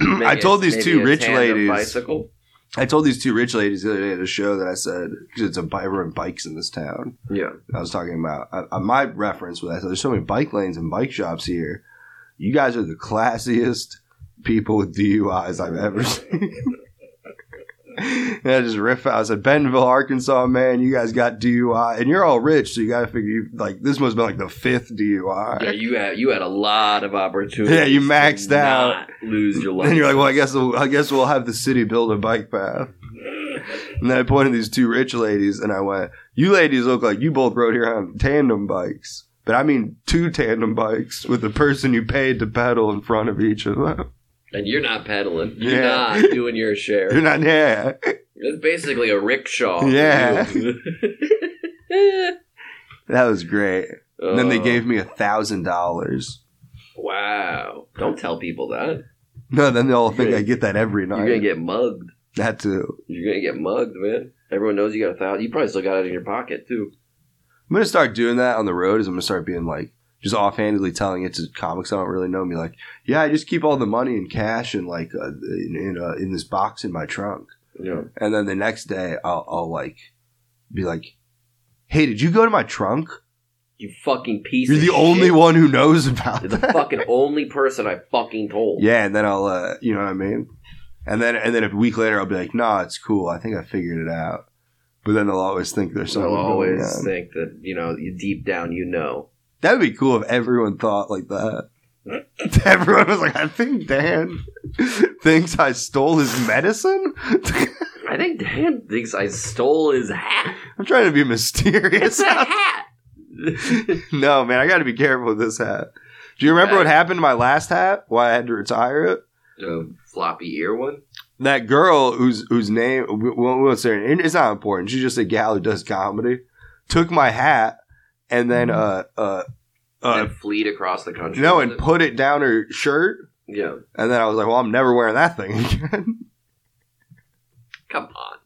S2: I
S1: Maybe
S2: told
S1: it's-
S2: these
S1: maybe
S2: two
S1: a
S2: rich
S1: tandem
S2: ladies.
S1: Bicycle.
S2: I told these two rich ladies the other day at a show that I said, because it's a bi- everyone bikes in this town.
S1: Yeah.
S2: I was talking about I, I, my reference was I said, there's so many bike lanes and bike shops here. You guys are the classiest people with DUIs I've ever seen. and I just riff out. I said, Bentonville, Arkansas, man, you guys got DUI, and you're all rich, so you got to figure you, like this must have been like the fifth DUI.
S1: Yeah, you had you had a lot of opportunities.
S2: Yeah, you
S1: to
S2: maxed
S1: not Lose your life.
S2: And you're like, well, I guess we'll, I guess we'll have the city build a bike path. And then I pointed these two rich ladies, and I went, "You ladies look like you both rode here on tandem bikes, but I mean two tandem bikes with the person you paid to pedal in front of each of them.
S1: and you're not pedaling. You're
S2: Yeah.
S1: not doing your share.
S2: You're not, yeah,
S1: It's basically a rickshaw. for
S2: Yeah.
S1: you.
S2: that was great." And then they
S1: Oh,
S2: gave me a thousand dollars.
S1: Wow! Don't tell people that.
S2: No, then they'll think
S1: You're-
S2: I get that every
S1: You're gonna
S2: night.
S1: get mugged.
S2: That too.
S1: You're gonna get mugged, man. Everyone knows you got a thousand. You probably still got it in your pocket too.
S2: I'm gonna start doing that on the road. Is I'm gonna start being like just offhandedly telling it to comics I don't really know. and Be like, yeah, I just keep all the money in cash and like uh, in in, uh, in this box in my trunk.
S1: Yeah.
S2: And then the next day, I'll, I'll like be like, hey, did you go to my trunk?
S1: You fucking piece.
S2: You're
S1: of
S2: the
S1: shit.
S2: only one who knows about
S1: You're
S2: that.
S1: the fucking only person I fucking told.
S2: Yeah, and then I'll, uh, you know what I mean? And then and then a week later, I'll be like, nah, it's cool. I think I figured it out. But then they'll always think there's
S1: So
S2: something
S1: I'll
S2: going
S1: always
S2: on.
S1: think that you know, you deep down, you know.
S2: That would be cool if everyone thought like that. everyone was like, I think Dan thinks I stole his medicine.
S1: I think Dan thinks I stole his hat.
S2: I'm trying to be
S1: It's
S2: mysterious.
S1: a hat.
S2: no, man, I got to be careful with this hat. Do you remember what happened to my last hat? Why I had to retire it?
S1: a floppy ear one.
S2: That girl whose whose name we we won't say her name. It's not important. She's just a gal who does comedy. Took my hat and then uh uh, uh
S1: and fleet across the country.
S2: you know
S1: with
S2: and
S1: it.
S2: put it down her shirt.
S1: yeah,
S2: And then I was like, well, I'm never wearing that thing again.
S1: come on,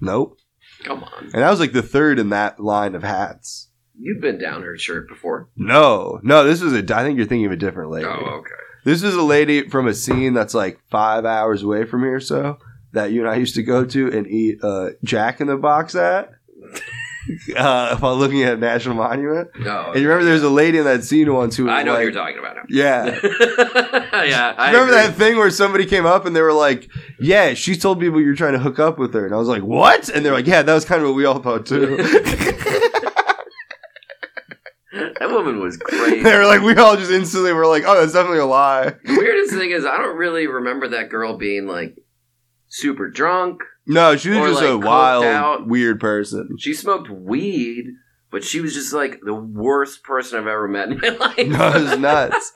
S2: nope.
S1: come on.
S2: And that was like the third in that line of hats.
S1: You've been down her shirt before.
S2: No, no, this was a. I think you're thinking of a different lady.
S1: Oh, okay.
S2: This is a lady from a scene that's like five hours away from here, or so that you and I used to go to and eat uh, Jack in the Box at. uh, while looking at a national monument,
S1: No,
S2: and you remember there's a lady in that scene once who was
S1: I know
S2: like,
S1: what you're talking about now.
S2: yeah.
S1: yeah, I
S2: remember
S1: agree.
S2: that thing where somebody came up and they were like, "Yeah, she told people you're trying to hook up with her," and I was like, "What?" And they're like, "Yeah, that was kind of what we all thought too."
S1: That woman was crazy.
S2: they were like, we all just instantly were like, "Oh, that's definitely a lie."
S1: the weirdest thing is, I don't really remember that girl being like super drunk.
S2: No, she was
S1: Or,
S2: just
S1: like,
S2: a
S1: coked
S2: wild,
S1: out.
S2: weird person.
S1: She smoked weed, but she was just like the worst person I've ever met in my life.
S2: No, it was nuts.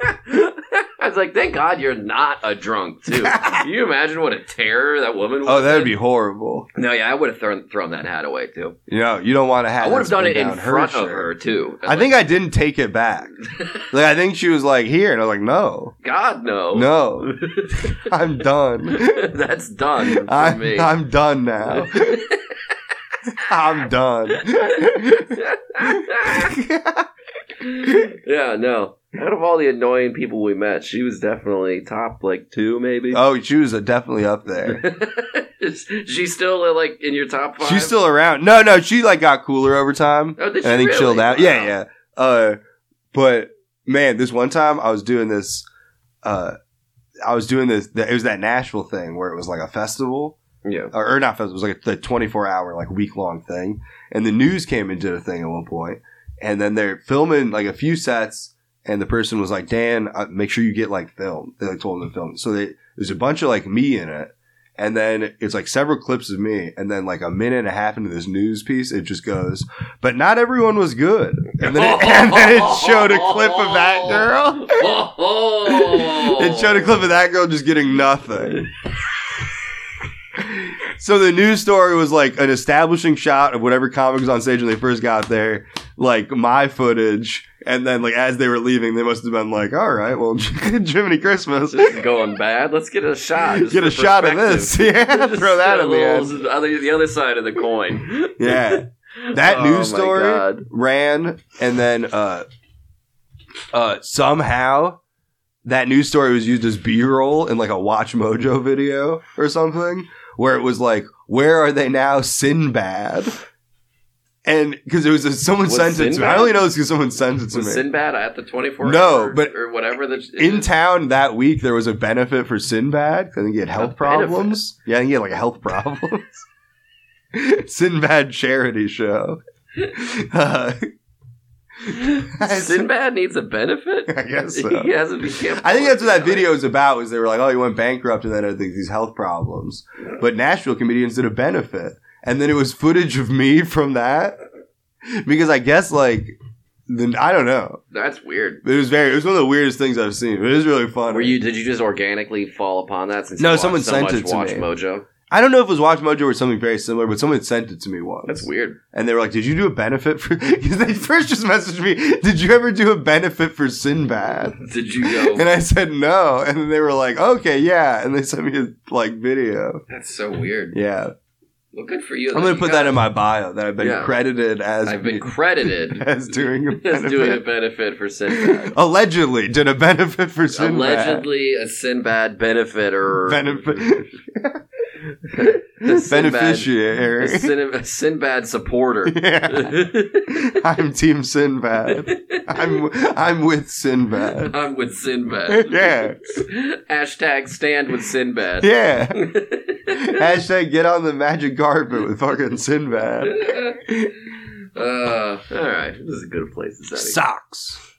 S1: I was like, thank God you're not a drunk too. Can you imagine what a terror that woman?
S2: oh,
S1: would've
S2: that would
S1: been?
S2: be horrible.
S1: No, yeah, I would have thrown thrown that hat away too.
S2: You know, you don't want to have.
S1: I would have
S2: that
S1: done it
S2: spin
S1: in
S2: down
S1: front of
S2: shirt.
S1: her too.
S2: I think I didn't take it back. like I think she was like here, and I was like, no,
S1: God no,
S2: no, I'm done.
S1: that's done for
S2: I'm,
S1: me.
S2: I'm done now. I'm done.
S1: yeah, no. Out of all the annoying people we met, she was definitely top like two, maybe.
S2: oh, she was uh, definitely up there.
S1: She's still uh, like in your top five.
S2: She's still around. No, no, she like got cooler over time.
S1: Oh, did
S2: and
S1: she
S2: I think
S1: really?
S2: chilled out.
S1: Wow.
S2: Yeah, yeah. Uh, but man, this one time I was doing this. Uh, I was doing this. It was that Nashville thing where it was like a festival.
S1: Yeah.
S2: or, or not festival. It was like the 24 hour, like week long thing. And the news came and did a thing at one point. And then they're filming like a few sets. And the person was like, Dan, uh, make sure you get like film. They like told him to film. So they, there's a bunch of like me in it. And then it's like several clips of me. And then like a minute and a half into this news piece, it just goes, but not everyone was good. And then it, and then it showed a clip of that girl.
S1: Oh, oh.
S2: It showed a clip of that girl just getting nothing. so the news story was like an establishing shot of whatever comic was on stage when they first got there, like my footage, and then like as they were leaving, they must have been like, "All right, well, Jiminy Christmas,
S1: This is going bad. Let's get a shot. just
S2: get a
S1: for
S2: shot of
S1: perspective.
S2: this, yeah,
S1: Just
S2: throw that
S1: a
S2: in the
S1: little-
S2: end,
S1: the other, the other side of the coin.
S2: yeah." That
S1: Oh
S2: news
S1: my
S2: story
S1: God.
S2: ran, and then uh, uh, somehow that news story was used as B-roll in like a Watch Mojo video or something, where it was like, "Where are they now, Sinbad?" And because it was a, someone
S1: Was
S2: sent it to me. I
S1: Sinbad-
S2: only know this because someone sent it to
S1: Was
S2: me.
S1: Sinbad at the 24
S2: No,
S1: hour
S2: but
S1: or whatever the
S2: in town that week, there was a benefit for Sinbad. 'cause I think he had health
S1: benefit?
S2: problems. Yeah, I think he had like health problems. Sinbad charity show. Uh,
S1: Sinbad needs a benefit?
S2: I guess so.
S1: He hasn't he can't
S2: I think that's what
S1: afford
S2: that
S1: it.
S2: video was about. Was they were like, "Oh, he went bankrupt," and then I think these health problems. But Nashville comedians did a benefit, and then it was footage of me from that because I guess like then I don't know.
S1: That's weird.
S2: It was very. It was one of the weirdest things I've seen. It was really fun.
S1: Were you did you just organically fall upon that since
S2: No,
S1: you watched
S2: someone
S1: so
S2: sent
S1: much
S2: it to
S1: Watch
S2: me.
S1: Mojo?
S2: I don't know if it was Watch Mojo or something very similar, but someone sent it to me once.
S1: That's weird.
S2: And they were like, "Did you do a benefit for?" Because they first just messaged me, "Did you ever do a benefit for Sinbad?"
S1: Did you go
S2: And I said no, and then they were like, "Okay, yeah," and they sent me a like video.
S1: That's so weird.
S2: Yeah,
S1: Well good for you.
S2: I'm gonna put that in my bio that I've been
S1: Yeah.
S2: credited as
S1: I've been credited
S2: as doing a
S1: as doing a
S2: benefit.
S1: benefit for Sinbad.
S2: allegedly did a benefit for Sinbad.
S1: Allegedly a Sinbad benefit or
S2: Benefit,
S1: A,
S2: beneficiary.
S1: Sin- a Sinbad supporter.
S2: Yeah. I'm Team Sinbad. I'm I'm with Sinbad.
S1: I'm with Sinbad.
S2: Yeah.
S1: Hashtag stand with Sinbad.
S2: Yeah. Hashtag get on the magic carpet with fucking Sinbad.
S1: uh, all right, this is a good place to study.
S2: Socks.